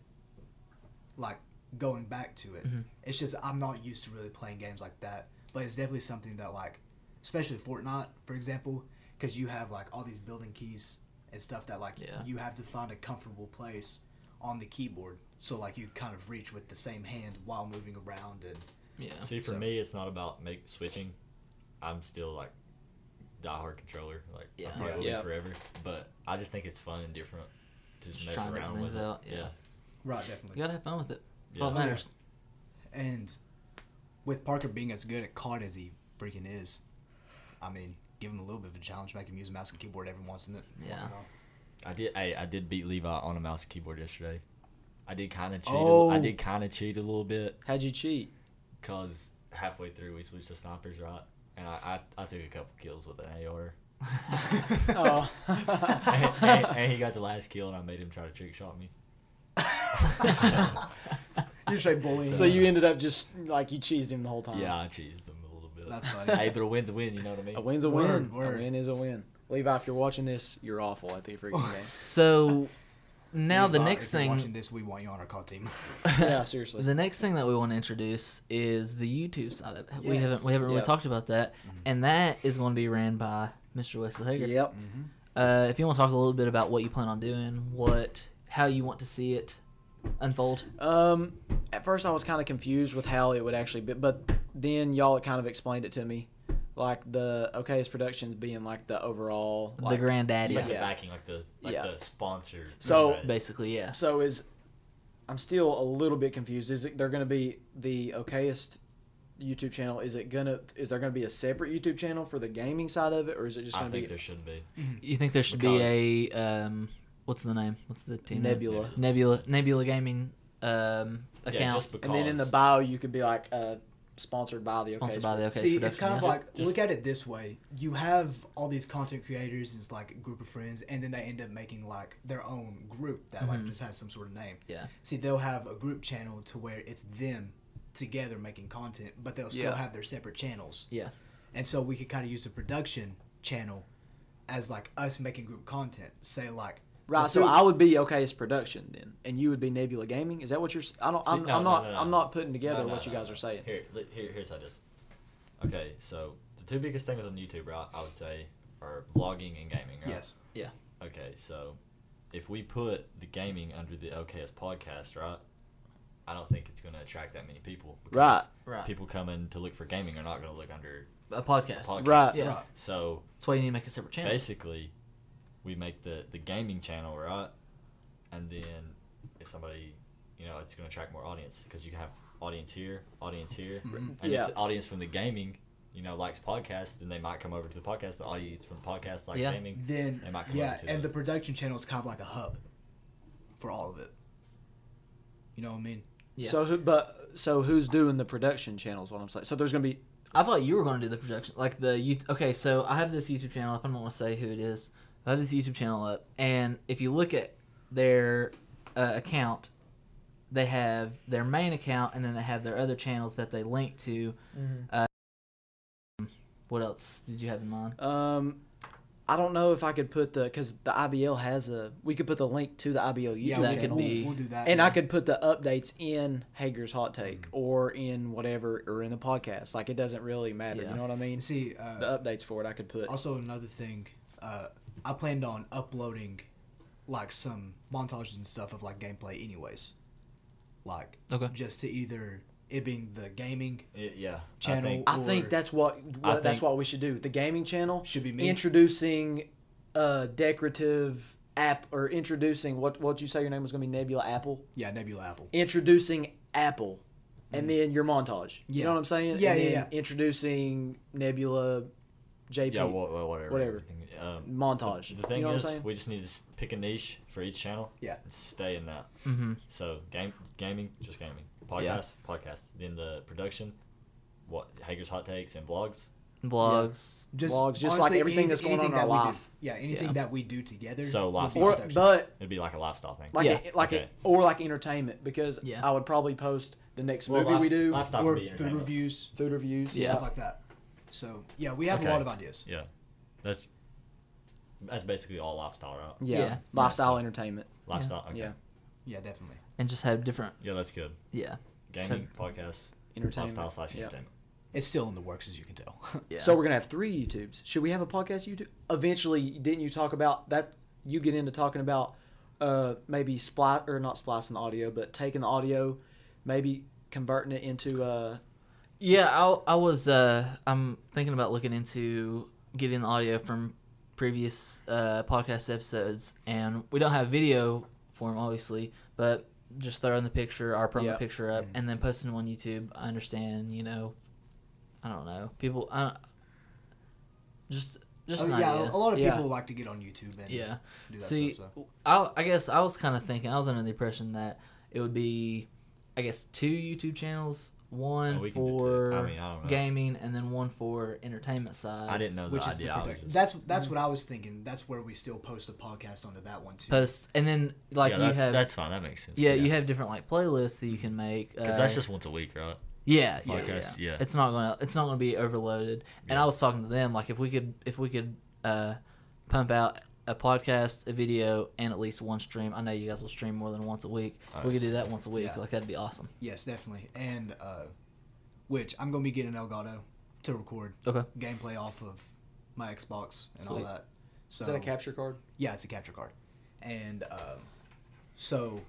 Speaker 1: like going back to it.
Speaker 3: Mhm.
Speaker 1: It's just I'm not used to really playing games like that, but it's definitely something that like, especially Fortnite, for example, because you have like all these building keys and stuff that like
Speaker 3: Yeah.
Speaker 1: you have to find a comfortable place on the keyboard. So like you kind of reach with the same hand while moving around and
Speaker 3: Yeah.
Speaker 4: See, for
Speaker 1: So-
Speaker 4: me, it's not about make switching. I'm still like diehard controller, like
Speaker 3: Yeah.
Speaker 4: I probably will be
Speaker 2: Yeah.
Speaker 4: forever. But I just think it's fun and different to just,
Speaker 3: Just
Speaker 4: mess
Speaker 3: trying different
Speaker 4: around with
Speaker 3: things
Speaker 4: it.
Speaker 3: out, yeah.
Speaker 4: yeah.
Speaker 1: right
Speaker 3: You
Speaker 1: definitely.
Speaker 3: gotta have fun with it. That's all
Speaker 4: Yeah.
Speaker 3: that
Speaker 1: Oh, yeah.
Speaker 3: matters.
Speaker 1: And with Parker being as good at COD as he freaking is, I mean, give him a little bit of a challenge, make him use mouse and keyboard every once in a once
Speaker 3: Yeah.
Speaker 1: in a while.
Speaker 4: I did. Hey, I did beat Levi on a mouse and keyboard yesterday. I did kind of cheat.
Speaker 1: Oh.
Speaker 4: A, I did kind of cheat a little bit
Speaker 2: How'd you cheat?
Speaker 4: because halfway through we switched to snipers, right? And I, I, I took a couple kills with an AR.
Speaker 2: Oh.
Speaker 4: and, and- and he got the last kill, and I made him try to trick shot me.
Speaker 1: You're straight bullying.
Speaker 2: So you ended up just like you cheesed him the whole
Speaker 3: Uh-huh.
Speaker 2: time.
Speaker 4: Yeah, I cheated him a little bit.
Speaker 1: That's funny.
Speaker 4: hey, but a win's a win. You know what I mean?
Speaker 2: A win's a
Speaker 1: Word,
Speaker 2: win.
Speaker 1: word.
Speaker 2: A win is a win. Levi, if you're watching this, you're awful at the freaking game.
Speaker 3: So now the
Speaker 1: Levi,
Speaker 3: next
Speaker 1: if you're
Speaker 3: thing
Speaker 1: Watching this, we want you on our COD team.
Speaker 2: yeah, seriously.
Speaker 3: the next thing that we want to introduce is the YouTube side of it. We
Speaker 1: Yes.
Speaker 3: haven't we haven't really
Speaker 2: Yeah.
Speaker 3: talked about that.
Speaker 4: Mm-hmm.
Speaker 3: And that is gonna be ran by Mr. Wesley Hager.
Speaker 2: Yep.
Speaker 3: Uh, if you want to talk a little bit about what you plan on doing, what how you want to see it unfold.
Speaker 2: Um, at first I was kind of confused with how it would actually be, but then y'all kind of explained it to me, like the OKS Productions being like the overall.
Speaker 3: the
Speaker 2: Like,
Speaker 3: granddaddy.
Speaker 4: It's like
Speaker 2: Yeah.
Speaker 4: the backing, like the like
Speaker 2: Yeah.
Speaker 4: the sponsor.
Speaker 2: So-
Speaker 4: side.
Speaker 3: Basically, yeah.
Speaker 2: So is, I'm still a little bit confused. Is it they're gonna be the OKest YouTube channel? Is it gonna is there gonna be a separate YouTube channel for the gaming side of it, or is it just
Speaker 4: I
Speaker 2: gonna
Speaker 4: think
Speaker 2: be
Speaker 4: there should be.
Speaker 3: You think there should be a um, what's the name? What's the team name?
Speaker 2: Nebula?
Speaker 3: Nebula Nebula Gaming um, account
Speaker 4: Yeah, just because.
Speaker 2: And then in the bio you could be like uh, sponsored by the
Speaker 3: sponsored
Speaker 2: OKS
Speaker 3: by the OK.
Speaker 1: See, it's kind of
Speaker 3: yeah.
Speaker 1: like
Speaker 4: Just-
Speaker 1: look at it this way: you have all these content creators, and it's like a group of friends, and then they end up making like their own group that like just has some sort of name.
Speaker 3: Mm-hmm. Yeah.
Speaker 1: See, they'll have a group channel to where it's them together making content, but they'll still
Speaker 2: Yeah.
Speaker 1: have their separate channels.
Speaker 3: yeah.
Speaker 1: And so we could kind of use the production channel as like us making group content. Say like
Speaker 2: Right,
Speaker 1: the
Speaker 2: so
Speaker 1: food-
Speaker 2: I would be OKS Production then, and you would be Nebula Gaming. Is that what you're? s- I don't.
Speaker 4: See,
Speaker 2: I'm,
Speaker 4: no,
Speaker 2: I'm
Speaker 4: no,
Speaker 2: not.
Speaker 4: no, no.
Speaker 2: I'm not putting together
Speaker 4: No, no,
Speaker 2: what you
Speaker 4: no,
Speaker 2: guys
Speaker 4: no.
Speaker 2: are saying.
Speaker 4: Here, li- here, here's how it is. Okay, so the two biggest things on YouTube, right? I would say are vlogging and gaming. Right?
Speaker 1: yes,
Speaker 4: Okay, so if we put the gaming under the OKS podcast, right? I don't think it's going to attract that many people. because
Speaker 3: Right.
Speaker 4: People coming to look for gaming are not going to look under
Speaker 3: A podcast.
Speaker 4: podcast.
Speaker 2: Right.
Speaker 3: Yeah.
Speaker 1: Right.
Speaker 4: So
Speaker 3: That's why you need to make a separate channel.
Speaker 4: basically we make the the gaming channel right and then if somebody you know it's going to attract more audience because you have audience here audience here
Speaker 1: Mhm.
Speaker 4: and
Speaker 2: Yeah.
Speaker 4: if the audience from the gaming you know likes podcasts then they might come over to the podcast the audience from the podcast like
Speaker 3: Yeah.
Speaker 4: gaming
Speaker 1: then
Speaker 4: they might come
Speaker 1: yeah,
Speaker 4: over to
Speaker 1: and
Speaker 4: the,
Speaker 1: the production channel is kind of like a hub for all of it. You know what I mean?
Speaker 3: Yeah.
Speaker 2: So who? But so who's doing the production channels? What I'm saying. So there's gonna be.
Speaker 3: I thought you were going to do the projection, like the you. Okay, so I have this YouTube channel up. I don't want to say who it is. I have this YouTube channel up, and if you look at their uh, account, they have their main account, and then they have their other channels that they link to.
Speaker 1: Mm-hmm.
Speaker 3: Um, What else did you have in mind?
Speaker 2: Um, I don't know if I could put the because the IBL has a. We could put the link to the IBL YouTube
Speaker 1: Yeah,
Speaker 3: that
Speaker 1: we,
Speaker 3: could
Speaker 2: channel.
Speaker 1: we'll,
Speaker 3: be-
Speaker 1: we'll do that.
Speaker 2: and I
Speaker 1: yeah.
Speaker 2: could put the updates in Hager's hot take
Speaker 3: Mm.
Speaker 2: or in whatever or in the podcast. Like it doesn't really matter.
Speaker 3: Yeah.
Speaker 2: You know what I mean?
Speaker 1: see. Uh,
Speaker 2: The updates for it I could put.
Speaker 1: Also, another thing, uh, I planned on uploading like some montages and stuff of like gameplay, anyways. Like,
Speaker 3: Okay.
Speaker 1: just to either it being the gaming
Speaker 4: Y- yeah
Speaker 1: channel.
Speaker 4: I think,
Speaker 2: I think
Speaker 1: or-
Speaker 2: that's what, what that's
Speaker 4: think-
Speaker 2: what we should do. The gaming channel
Speaker 1: Should be me.
Speaker 2: introducing a decorative app or introducing what what you say your name was going to be Nebula Apple.
Speaker 1: Yeah, Nebula Apple.
Speaker 2: Introducing Apple, and then your montage. You
Speaker 1: Yeah.
Speaker 2: know what I'm saying?
Speaker 1: Yeah,
Speaker 2: and
Speaker 1: yeah,
Speaker 2: then
Speaker 1: yeah.
Speaker 2: Introducing Nebula, JP
Speaker 4: yeah wha- wha- whatever
Speaker 2: Whatever.
Speaker 4: everything, um,
Speaker 2: montage.
Speaker 4: the thing
Speaker 2: you know
Speaker 4: is
Speaker 2: what I'm saying?
Speaker 4: we just need to s- pick a niche for each channel
Speaker 1: Yeah.
Speaker 4: and stay in that
Speaker 3: Mm-hmm.
Speaker 4: So game, gaming, just gaming. Podcast,
Speaker 3: Yeah.
Speaker 4: podcast. Then the production, what Hager's hot takes and vlogs.
Speaker 3: Blogs.
Speaker 2: Vlogs, just like everything that's going on in our
Speaker 1: that we do.
Speaker 2: life.
Speaker 1: Yeah, anything
Speaker 3: Yeah.
Speaker 1: that we do together.
Speaker 4: So,
Speaker 1: will
Speaker 4: life
Speaker 1: be
Speaker 4: Yeah.
Speaker 2: Or,
Speaker 1: production.
Speaker 2: but
Speaker 4: It'd be like a lifestyle thing.
Speaker 2: like
Speaker 3: Yeah.
Speaker 2: it- like
Speaker 4: Okay.
Speaker 2: it, or like entertainment because
Speaker 3: Yeah.
Speaker 2: I would probably post the next
Speaker 4: Well,
Speaker 2: movie we
Speaker 4: life-
Speaker 2: do,
Speaker 4: Lifestyle
Speaker 1: or
Speaker 4: would be
Speaker 1: food
Speaker 4: entertainment.
Speaker 1: reviews,
Speaker 2: food reviews,
Speaker 3: Yeah.
Speaker 1: stuff like that. So yeah, we have
Speaker 4: Okay.
Speaker 1: a lot of ideas.
Speaker 4: Yeah, that's that's basically all lifestyle, right?
Speaker 2: yeah,
Speaker 3: Yeah.
Speaker 2: lifestyle
Speaker 4: Nice.
Speaker 2: entertainment.
Speaker 4: Lifestyle. Okay.
Speaker 2: Yeah.
Speaker 1: Yeah, definitely.
Speaker 3: and just have different.
Speaker 4: Yeah, that's good.
Speaker 3: Yeah,
Speaker 4: Gaming, podcast,
Speaker 2: Entertainment.
Speaker 4: lifestyle slash
Speaker 2: Yeah.
Speaker 4: entertainment.
Speaker 1: It's still in the works, as you can tell.
Speaker 3: yeah.
Speaker 2: So we're gonna have three YouTubes. Should we have a podcast YouTube? Eventually, didn't you talk about that? You get into talking about uh, maybe splice or not splicing the audio, but taking the audio, maybe converting it into uh,
Speaker 3: Yeah, I, I was. Uh, I'm thinking about looking into getting the audio from previous uh, podcast episodes, and we don't have video form, obviously, but just throwing the picture, our promo
Speaker 2: Yeah.
Speaker 3: picture up,
Speaker 1: Mm-hmm.
Speaker 3: and then posting them on YouTube. I understand, you know. I don't know. People, I don't, just just
Speaker 1: Oh,
Speaker 3: an
Speaker 1: yeah,
Speaker 3: idea.
Speaker 1: a lot of
Speaker 2: Yeah.
Speaker 1: people like to get on YouTube and
Speaker 3: Yeah.
Speaker 1: do that
Speaker 3: See,
Speaker 1: stuff. So.
Speaker 3: I, I guess I was kind of thinking, I was under the impression that it would be, I guess, two YouTube channels, one
Speaker 4: Oh, we can do two.
Speaker 3: for
Speaker 4: I mean, I don't know.
Speaker 3: gaming, and then one for entertainment side.
Speaker 4: I didn't know the
Speaker 1: Which is the
Speaker 4: idea. I was
Speaker 1: production.
Speaker 4: just-
Speaker 1: That's that's what I was thinking. That's where we still post a podcast onto that one too.
Speaker 3: Post, and then like
Speaker 4: yeah,
Speaker 3: you
Speaker 4: that's,
Speaker 3: have,
Speaker 4: that's fine. That makes sense.
Speaker 3: yeah, you have different like playlists that you can make.
Speaker 4: because
Speaker 3: uh,
Speaker 4: that's just once a week, right?
Speaker 3: yeah, yeah,
Speaker 4: Podcast,
Speaker 3: yeah,
Speaker 4: yeah.
Speaker 3: It's not gonna, it's not gonna be overloaded. And
Speaker 4: Yeah.
Speaker 3: I was talking to them like if we could, if we could, uh, pump out a podcast, a video, and at least one stream. I know you guys will stream more than once a week.
Speaker 4: Alright.
Speaker 3: We could do that once a week.
Speaker 1: Yeah.
Speaker 3: Like that'd be awesome.
Speaker 1: Yes, definitely. And uh, which I'm gonna be getting Elgato to record
Speaker 3: Okay.
Speaker 1: gameplay off of my Xbox and all
Speaker 3: Sweet.
Speaker 1: that. So
Speaker 2: is that a capture card?
Speaker 1: Yeah, it's a capture card, and um, so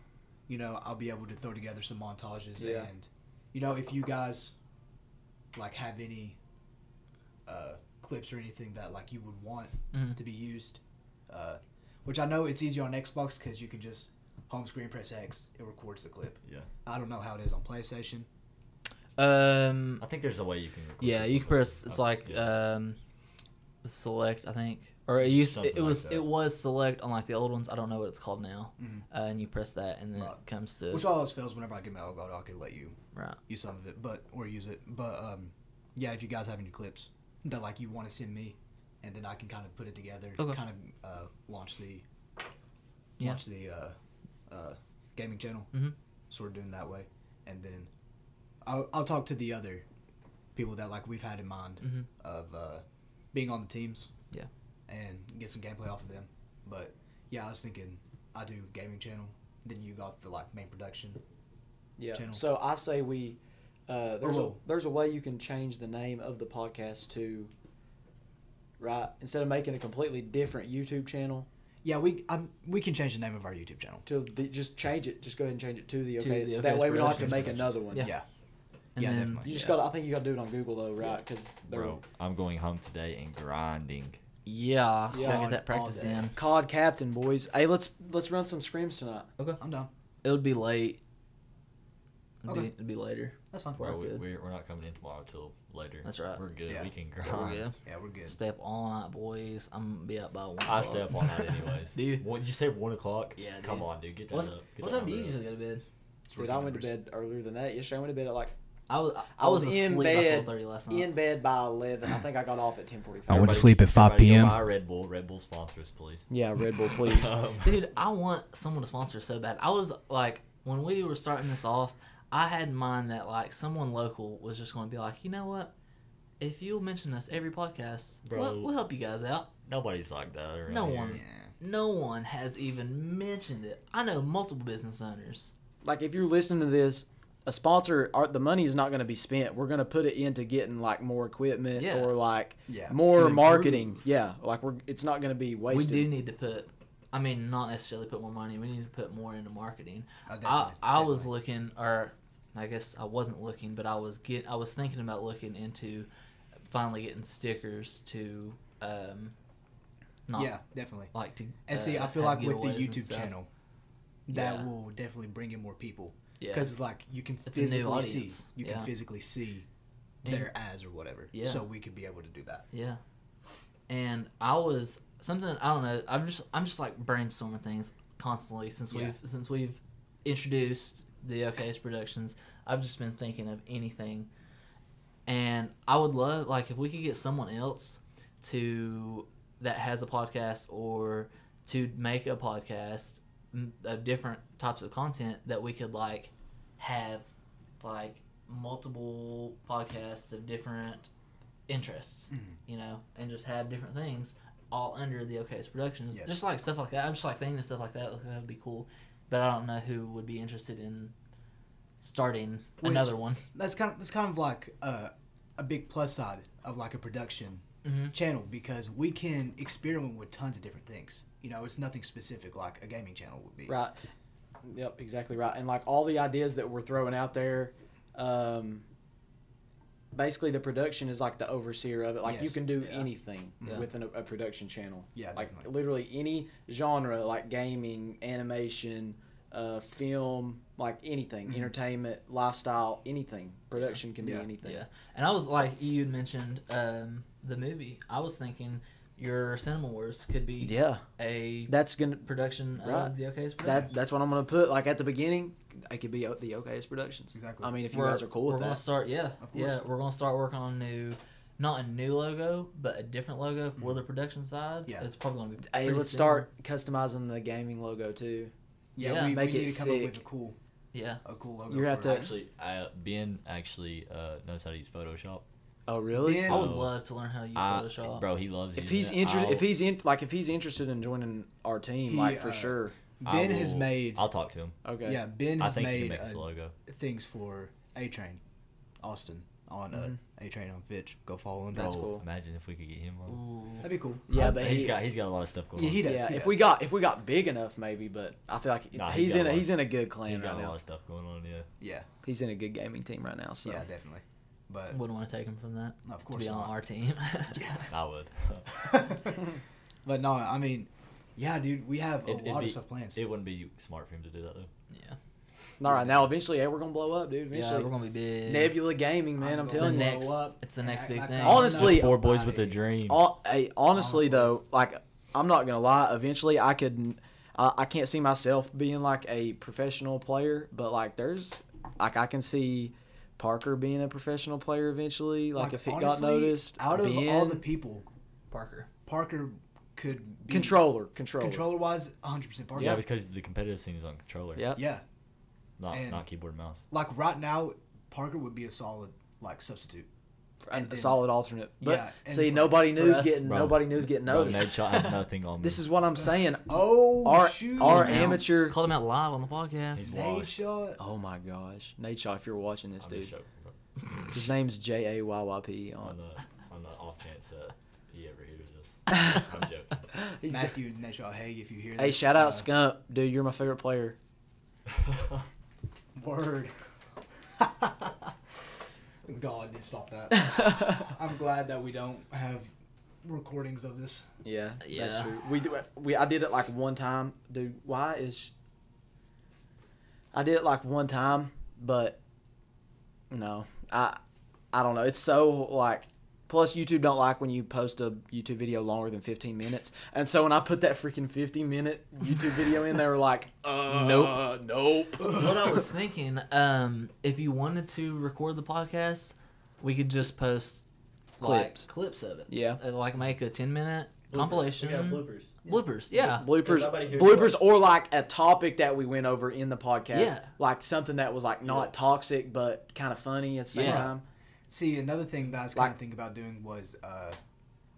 Speaker 1: you know I'll be able to throw together some montages
Speaker 2: Yeah.
Speaker 1: and you know if you guys like have any uh, clips or anything that like you would want
Speaker 3: Mhm.
Speaker 1: to be used, uh, which I know it's easier on Xbox because you can just home screen press X, it records the clip.
Speaker 4: Yeah.
Speaker 1: I don't know how it is on PlayStation.
Speaker 3: Um.
Speaker 4: I think there's a way you can. record
Speaker 3: Yeah,
Speaker 4: it
Speaker 3: you can
Speaker 4: with
Speaker 3: press.
Speaker 4: us.
Speaker 3: It's
Speaker 4: Uh,
Speaker 3: like
Speaker 4: yeah.
Speaker 3: um, select. I think, or it used.
Speaker 4: Something
Speaker 3: It, it was.
Speaker 4: like that.
Speaker 3: it was select on like the old ones. I don't know what it's called now.
Speaker 1: Mhm.
Speaker 3: Uh, and you press that, and then
Speaker 1: Right.
Speaker 3: it comes to
Speaker 1: Which always fails whenever I get my Elgato, I could let you
Speaker 3: right.
Speaker 1: use some of it, but or use it. But um, yeah, if you guys have any clips that like you want to send me, and then I can kind of put it together,
Speaker 3: Okay.
Speaker 1: kind of uh, launch the
Speaker 3: Yeah.
Speaker 1: launch the uh, uh, gaming channel,
Speaker 3: Mhm.
Speaker 1: sort of doing that way, and then I'll, I'll talk to the other people that like we've had in mind
Speaker 3: Mhm.
Speaker 1: of uh, being on the teams,
Speaker 3: Yeah.
Speaker 1: and get some gameplay off of them. But yeah, I was thinking I do gaming channel, then you got the like main production.
Speaker 2: Yeah.
Speaker 1: Channel. Oh.
Speaker 2: So I say we. Uh, there's a
Speaker 1: whoa.
Speaker 2: there's a way you can change the name of the podcast to. Right, instead of making a completely different YouTube channel,
Speaker 1: Yeah, we i we can change the name of our YouTube channel.
Speaker 2: to the, just change it. Just go ahead and change it to the
Speaker 3: To
Speaker 2: okay.
Speaker 3: the
Speaker 2: that
Speaker 3: OK's
Speaker 2: way we don't have to
Speaker 1: Productions.
Speaker 2: make another one.
Speaker 3: Yeah.
Speaker 1: yeah.
Speaker 3: And
Speaker 1: Yeah,
Speaker 3: then,
Speaker 1: definitely.
Speaker 2: You just
Speaker 3: yeah.
Speaker 2: gotta. I think you gotta do it on Google though, right? Because
Speaker 4: bro, I'm going home today and grinding.
Speaker 3: Yeah.
Speaker 2: Yeah.
Speaker 3: gotta
Speaker 1: All-
Speaker 3: get that practice
Speaker 1: all day.
Speaker 3: in.
Speaker 2: COD captain boys. Hey, let's let's run some screams tonight.
Speaker 1: I'm down.
Speaker 3: It would be late. It'd,
Speaker 1: Okay.
Speaker 3: be, it'd be later.
Speaker 1: That's fine.
Speaker 3: We're
Speaker 4: Bro, we,
Speaker 3: good.
Speaker 4: we're, we're not coming in tomorrow till later.
Speaker 3: That's right. Oh,
Speaker 4: We're good.
Speaker 1: Yeah.
Speaker 4: We can grind.
Speaker 3: There we go.
Speaker 1: Yeah, we're good.
Speaker 3: Stay up all night, boys. I'm gonna be up by one.
Speaker 4: I
Speaker 3: o'clock.
Speaker 4: stay up all night anyways.
Speaker 3: Do you?
Speaker 4: What you say? One o'clock?
Speaker 3: Yeah,
Speaker 4: Come
Speaker 3: dude.
Speaker 4: on, dude. Get that
Speaker 3: What's-
Speaker 4: up. Get
Speaker 3: what
Speaker 4: that
Speaker 3: time do you
Speaker 4: number up.
Speaker 3: usually go to bed?
Speaker 2: Dude, I went to bed earlier than that. Yesterday I went to bed at like
Speaker 3: I was I,
Speaker 2: I was
Speaker 3: was,
Speaker 2: in
Speaker 3: asleep by
Speaker 2: bed,
Speaker 3: twelve thirty last night.
Speaker 2: in bed by eleven. I think I got off at ten forty
Speaker 1: I
Speaker 2: five.
Speaker 1: went to sleep at 5
Speaker 4: everybody go
Speaker 1: p.m..
Speaker 4: Buy Red Bull. Red Bull sponsors, please.
Speaker 2: Yeah, Red Bull, please.
Speaker 4: Um,
Speaker 3: Dude, I want someone to sponsor so bad. I was like, when we were starting this off, I had in mind that like someone local was just going to be like, you know what? If you'll mention us every podcast,
Speaker 4: Bro.
Speaker 3: we'll, we'll help you guys out.
Speaker 4: nobody's like that. around
Speaker 3: No
Speaker 4: here.
Speaker 3: one's- No one has even mentioned it. I know multiple business owners.
Speaker 2: like if you're listening to this, a sponsor, our, the money is not going to be spent. We're going to put it into getting like more equipment
Speaker 3: Yeah.
Speaker 2: or like
Speaker 1: Yeah.
Speaker 3: To
Speaker 2: more
Speaker 3: improve.
Speaker 2: marketing. Yeah, like we're it's not going to be wasted.
Speaker 3: We do need to put, I mean, not necessarily put more money. We need to put more into marketing.
Speaker 1: Oh,
Speaker 3: I,
Speaker 1: definitely,
Speaker 3: I was
Speaker 1: definitely.
Speaker 3: looking, or I guess I wasn't looking, but I was get I was thinking about looking into finally getting stickers to, um, not
Speaker 1: Yeah, definitely.
Speaker 3: like to.
Speaker 1: And see,
Speaker 3: uh,
Speaker 1: I feel
Speaker 3: have
Speaker 1: like with the
Speaker 3: giveaways and
Speaker 1: YouTube
Speaker 3: stuff.
Speaker 1: channel, that
Speaker 3: Yeah.
Speaker 1: will definitely bring in more people
Speaker 3: yeah,
Speaker 1: because it's like you can
Speaker 3: It's a new
Speaker 1: physically see
Speaker 3: audience.
Speaker 1: you
Speaker 3: Yeah.
Speaker 1: can physically see
Speaker 3: And-
Speaker 1: their ads or whatever.
Speaker 3: Yeah.
Speaker 1: So we could be able to do that.
Speaker 3: yeah, and I was something I don't know. I'm just I'm just like brainstorming things constantly since
Speaker 1: Yeah.
Speaker 3: we've since we've introduced the OKS Productions. I've just been thinking of anything, and I would love like if we could get someone else to that has a podcast or to make a podcast m- of different types of content that we could like have like multiple podcasts of different interests, you know, and just have different things all under the OKS Productions.
Speaker 1: Yes.
Speaker 3: Just like stuff like that. I'm just like thinking of stuff like that. Like, that would be cool. but I don't know who would be interested in starting
Speaker 1: Which-
Speaker 3: another one.
Speaker 1: That's kind of that's kind of like a, a big plus side of like a production
Speaker 2: Mm-hmm.
Speaker 3: Mhm.
Speaker 1: channel because we can experiment with tons of different things. You know, it's nothing specific like a gaming channel would be.
Speaker 2: Right. Yep, exactly right. And like all the ideas that we're throwing out there, um, basically the production is like the overseer of it. Like you
Speaker 1: Yes.
Speaker 2: can do
Speaker 3: Yeah.
Speaker 2: anything
Speaker 3: Yeah.
Speaker 2: with an, a production channel.
Speaker 1: Yeah,
Speaker 2: like
Speaker 1: definitely.
Speaker 2: literally any genre, like gaming, animation, uh, film, like anything, entertainment, lifestyle, anything. Production can be
Speaker 1: Mm-hmm. Yeah.
Speaker 2: anything.
Speaker 3: Yeah, and I was like, you had mentioned um, the movie. I was thinking your Cinema Wars could be
Speaker 2: Yeah,
Speaker 3: a
Speaker 2: that's gonna
Speaker 3: production
Speaker 2: Right.
Speaker 3: of the OK's production.
Speaker 2: that that's what I'm gonna put like at the beginning. It could be o- the OKS Productions.
Speaker 1: Exactly.
Speaker 2: I mean, if you
Speaker 3: we're,
Speaker 2: guys are cool
Speaker 3: we're
Speaker 2: with
Speaker 3: gonna
Speaker 2: that,
Speaker 3: start, yeah,
Speaker 1: Of course.
Speaker 3: yeah, we're gonna start working on new, not a new logo, but a different logo for the production side.
Speaker 1: Yeah.
Speaker 3: it's probably gonna be.
Speaker 2: Mm-hmm. hey,
Speaker 3: pretty
Speaker 2: let's
Speaker 3: similar.
Speaker 2: start customizing the gaming logo too.
Speaker 1: Yeah,
Speaker 3: Yeah.
Speaker 1: we,
Speaker 2: Make
Speaker 1: we
Speaker 2: it
Speaker 1: need to come up with
Speaker 2: sick.
Speaker 1: a cool
Speaker 3: Yeah,
Speaker 1: a cool logo.
Speaker 2: You have
Speaker 1: for
Speaker 2: to-
Speaker 1: it.
Speaker 4: Actually, I, Ben actually uh, knows how to use Photoshop.
Speaker 2: Oh really?
Speaker 1: Ben-
Speaker 3: I would
Speaker 4: So,
Speaker 3: love to learn how to use
Speaker 4: I-
Speaker 3: Photoshop.
Speaker 4: bro, he loves.
Speaker 2: If
Speaker 4: using
Speaker 2: he's
Speaker 4: it.
Speaker 2: interested, if
Speaker 4: I'll-
Speaker 2: he's in, like, if he's interested in joining our team,
Speaker 1: He,
Speaker 2: like for
Speaker 1: uh,
Speaker 2: sure.
Speaker 4: I
Speaker 1: Ben has
Speaker 4: will-
Speaker 1: made
Speaker 4: I'll talk to him.
Speaker 2: Okay.
Speaker 1: yeah Ben
Speaker 4: I
Speaker 1: has
Speaker 4: think he
Speaker 1: made
Speaker 4: makes the
Speaker 1: uh,
Speaker 4: logo.
Speaker 1: things for A Train, Austin on uh,
Speaker 2: Mhm.
Speaker 1: A Train on Fitch. Go follow him.
Speaker 4: Bro,
Speaker 2: That's cool.
Speaker 4: Imagine if we could get him on.
Speaker 3: Ooh.
Speaker 1: That'd be cool.
Speaker 2: Yeah,
Speaker 4: I-
Speaker 2: but
Speaker 4: he's
Speaker 2: he-
Speaker 4: got he's got a lot of stuff going.
Speaker 1: Yeah, he
Speaker 4: on.
Speaker 1: does.
Speaker 2: Yeah,
Speaker 1: he
Speaker 2: if
Speaker 1: does.
Speaker 2: we got if we got big enough, maybe. But I feel like
Speaker 4: Nah,
Speaker 2: he's,
Speaker 4: he's got
Speaker 2: in a,
Speaker 4: a lot.
Speaker 2: he's in a good
Speaker 4: He's
Speaker 2: clan
Speaker 4: got
Speaker 2: right
Speaker 4: a lot
Speaker 2: now.
Speaker 4: of stuff going on. Yeah.
Speaker 1: yeah,
Speaker 2: He's in a good gaming team right now. So
Speaker 1: yeah, definitely. But
Speaker 3: Wouldn't want to take him from that
Speaker 1: no, of
Speaker 3: to
Speaker 1: course
Speaker 3: be on
Speaker 1: not.
Speaker 3: our team.
Speaker 1: Yeah.
Speaker 4: I would.
Speaker 1: but no, I mean, yeah, dude, we have a
Speaker 4: It- it'd
Speaker 1: lot
Speaker 4: be-
Speaker 1: of stuff planned.
Speaker 4: it wouldn't be smart for him to do that though.
Speaker 3: yeah,
Speaker 2: all right, now eventually, hey, we're gonna blow up, dude.
Speaker 3: yeah,
Speaker 2: Eventually,
Speaker 3: we're gonna be big.
Speaker 2: Nebula Gaming, man.
Speaker 1: I'm
Speaker 2: I'm,
Speaker 1: gonna-
Speaker 2: telling
Speaker 3: it's
Speaker 2: you.
Speaker 3: the
Speaker 1: blow
Speaker 3: next,
Speaker 1: up
Speaker 3: it's the
Speaker 1: and
Speaker 3: next
Speaker 1: act
Speaker 3: big
Speaker 1: like
Speaker 3: thing.
Speaker 1: I'm
Speaker 2: Honestly-
Speaker 4: Just four boys
Speaker 1: Nobody.
Speaker 4: with a dream.
Speaker 2: All, hey, honestly
Speaker 3: Honestly.
Speaker 2: though, like I'm not gonna lie. Eventually, I could, I I can't see myself being like a professional player, but like there's, like I can see Parker being a professional player eventually. Like, if he got
Speaker 1: honestly,
Speaker 2: noticed,
Speaker 1: out of all the
Speaker 2: Ben-
Speaker 1: people,
Speaker 3: Parker.
Speaker 1: Parker could be
Speaker 2: controller, controller,
Speaker 1: controller wise, 100 percent Parker.
Speaker 4: yeah, because the competitive scene is on controller.
Speaker 2: Yeah.
Speaker 1: yeah.
Speaker 4: Not
Speaker 1: And-
Speaker 4: not keyboard and mouse.
Speaker 1: Like right now, Parker would be a solid like substitute.
Speaker 2: a,
Speaker 1: and
Speaker 2: a
Speaker 1: then-
Speaker 2: solid alternate. But
Speaker 1: Yeah, and
Speaker 2: see,
Speaker 1: it's like,
Speaker 2: nobody
Speaker 3: for
Speaker 2: news
Speaker 3: us-
Speaker 2: getting
Speaker 4: Bro,
Speaker 2: nobody news getting
Speaker 4: Bro,
Speaker 2: noticed.
Speaker 4: Nade Shot has nothing on me.
Speaker 2: this is what I'm saying.
Speaker 1: Oh
Speaker 2: Our-
Speaker 1: shoot!
Speaker 2: our
Speaker 3: Called him out.
Speaker 2: amateur-
Speaker 3: Called him out live on the podcast.
Speaker 4: He's
Speaker 1: Nade
Speaker 4: washed.
Speaker 1: shot.
Speaker 2: Oh my gosh, Nate Shaw, if you're watching this,
Speaker 4: I'm
Speaker 2: dude, Oh.
Speaker 4: just joking, bro.
Speaker 2: his name's J A Y Y P
Speaker 4: On
Speaker 2: on.
Speaker 4: the on the off chance that he ever hears this, I'm joking.
Speaker 2: He's jo-
Speaker 1: Matthew Neshaw, hey, if you hear this,
Speaker 2: Hey, shout out
Speaker 1: uh,
Speaker 2: Scump, dude. You're my favorite player.
Speaker 1: Word. God, dude, stop that. I'm glad that we don't have recordings of this.
Speaker 2: yeah, that's
Speaker 3: Yeah.
Speaker 2: true. We do. We I did it like one time, dude. Why is? I did it like one time, but no, I I don't know. It's so like. Plus, YouTube don't like when you post a YouTube video longer than 15 minutes. And so when I put that freaking 50 minute YouTube video in, they were like, uh,
Speaker 3: Nope.
Speaker 2: nope.
Speaker 3: what I was thinking, um, if you wanted to record the podcast, we could just post
Speaker 2: Clips.
Speaker 3: like, clips of it.
Speaker 2: Yeah.
Speaker 3: Uh, like make a ten minute compilation.
Speaker 4: bloopers.
Speaker 3: Bloopers, yeah.
Speaker 2: bloopers,
Speaker 4: Nobody hears
Speaker 2: bloopers, or like a topic that we went over in the podcast,
Speaker 3: Yeah.
Speaker 2: like something that was like not
Speaker 4: Yeah.
Speaker 2: toxic but kind of funny at the same
Speaker 3: Yeah.
Speaker 2: time.
Speaker 1: See, another thing that I was kind
Speaker 2: Like-
Speaker 1: of thinking about doing was uh,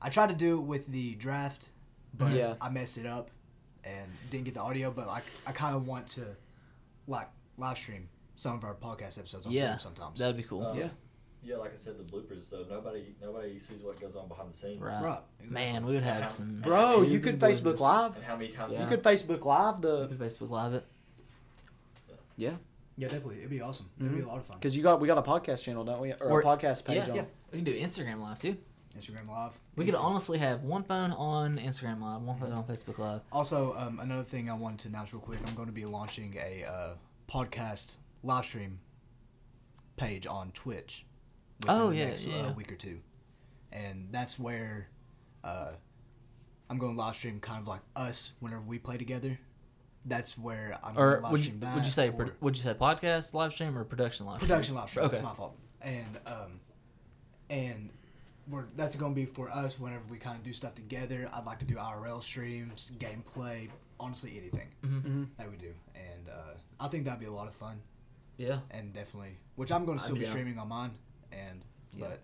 Speaker 1: I tried to do it with the draft, but
Speaker 2: Yeah.
Speaker 1: I messed it up and didn't get the audio. But like, I kind of want to like live stream some of our podcast episodes on
Speaker 3: Yeah.
Speaker 1: Zoom sometimes.
Speaker 3: That'd be cool.
Speaker 2: Oh,
Speaker 4: Uh,
Speaker 1: yeah,
Speaker 4: Yeah, like I said, the bloopers. So nobody nobody sees what goes on behind the scenes.
Speaker 3: Right.
Speaker 1: Right, exactly.
Speaker 3: Man, we would
Speaker 4: Yeah.
Speaker 3: have some.
Speaker 2: Bro, you
Speaker 3: Stupid
Speaker 2: could
Speaker 3: bloopers.
Speaker 2: Facebook Live.
Speaker 4: And how many times?
Speaker 3: Yeah.
Speaker 2: You could Facebook Live
Speaker 3: We
Speaker 2: the
Speaker 3: could Facebook Live it.
Speaker 1: yeah, definitely, it'd be awesome. It'd
Speaker 3: Mm-hmm.
Speaker 1: be a lot of fun.
Speaker 2: because you got we got a podcast channel, don't we? Or,
Speaker 3: Or-
Speaker 2: a podcast page
Speaker 3: yeah.
Speaker 2: on.
Speaker 1: Yeah.
Speaker 3: We can do Instagram Live too.
Speaker 1: Instagram Live.
Speaker 3: We could honestly have one phone on Instagram Live, one phone on Facebook Live.
Speaker 1: Also, um, another thing I wanted to announce real quick, I'm going to be launching a uh, podcast live stream page on Twitch within
Speaker 3: Oh,
Speaker 1: the
Speaker 3: yeah,
Speaker 1: next
Speaker 3: yeah.
Speaker 1: Uh, week or two, and that's where uh, I'm going to live stream kind of like us whenever we play together. That's where I'm going
Speaker 3: Or
Speaker 1: to live
Speaker 3: would you,
Speaker 1: stream that.
Speaker 3: would you say
Speaker 1: or
Speaker 3: pro- would you say podcast live stream or production live stream?
Speaker 1: production live stream?
Speaker 3: Okay.
Speaker 1: That's my fault. And um, and we're, that's going to be for us whenever we kind of do stuff together. I'd like to do IRL streams, gameplay, honestly anything
Speaker 3: Mm-hmm.
Speaker 1: that we do, and uh, I think that'd be a lot of fun,
Speaker 3: Yeah.
Speaker 1: and definitely, which I'm going to
Speaker 3: I'd
Speaker 1: still
Speaker 3: be
Speaker 1: be
Speaker 3: down.
Speaker 1: streaming on mine, and
Speaker 3: Yeah.
Speaker 1: but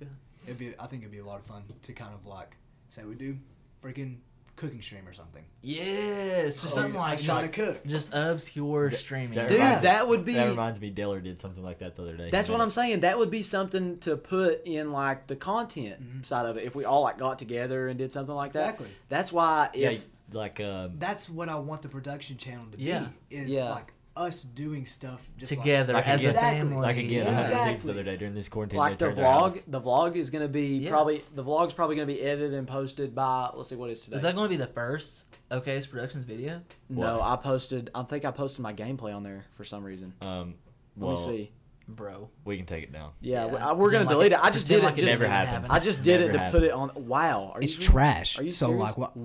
Speaker 3: Good.
Speaker 1: it'd be, I think it'd be a lot of fun to kind of like say we do freaking cooking stream or something.
Speaker 3: Yes, just something
Speaker 1: Oh,
Speaker 3: like
Speaker 1: I try to
Speaker 3: just,
Speaker 1: cook.
Speaker 3: just obscure streaming.
Speaker 4: that
Speaker 2: Dude,
Speaker 4: reminds-
Speaker 2: that would be.
Speaker 4: That reminds me, Diller did something like that the other day.
Speaker 2: That's what I'm saying. That would be something to put in like the content side of it. If we all like got together and did something like that.
Speaker 1: Exactly.
Speaker 2: That's why if
Speaker 4: Yeah, like um,
Speaker 1: That's what I want the production channel to
Speaker 3: Yeah.
Speaker 1: be. Is
Speaker 2: Yeah.
Speaker 1: like us doing stuff just like-
Speaker 3: together
Speaker 4: Like
Speaker 3: as
Speaker 4: again-
Speaker 3: a
Speaker 1: Exactly.
Speaker 3: family.
Speaker 4: Like again, I had
Speaker 1: Exactly.
Speaker 4: a the other day during this quarantine.
Speaker 2: like the
Speaker 4: they turned their house-
Speaker 2: vlog, the vlog is gonna be
Speaker 3: Yeah.
Speaker 2: probably the vlog's probably gonna be edited and posted by let's see what is today.
Speaker 3: Is that going to be the first OKS Productions video?
Speaker 2: no,
Speaker 4: What?
Speaker 2: I posted. I think I posted my gameplay on there for some reason.
Speaker 4: Um,
Speaker 2: Let
Speaker 4: well,
Speaker 2: me see.
Speaker 3: Bro.
Speaker 4: we can take it down.
Speaker 2: Yeah, we-
Speaker 3: Yeah.
Speaker 2: I- we're gonna
Speaker 3: Pretend like
Speaker 2: delete it. I just did
Speaker 3: pretend
Speaker 2: it. just,
Speaker 3: like
Speaker 4: never
Speaker 3: didn't
Speaker 4: happened.
Speaker 3: happen.
Speaker 2: I just did it
Speaker 4: Never
Speaker 2: to
Speaker 4: happened.
Speaker 2: put it on. Wow, are
Speaker 1: It's
Speaker 2: you
Speaker 1: trash.
Speaker 2: Are you
Speaker 1: so
Speaker 2: serious?
Speaker 1: like what?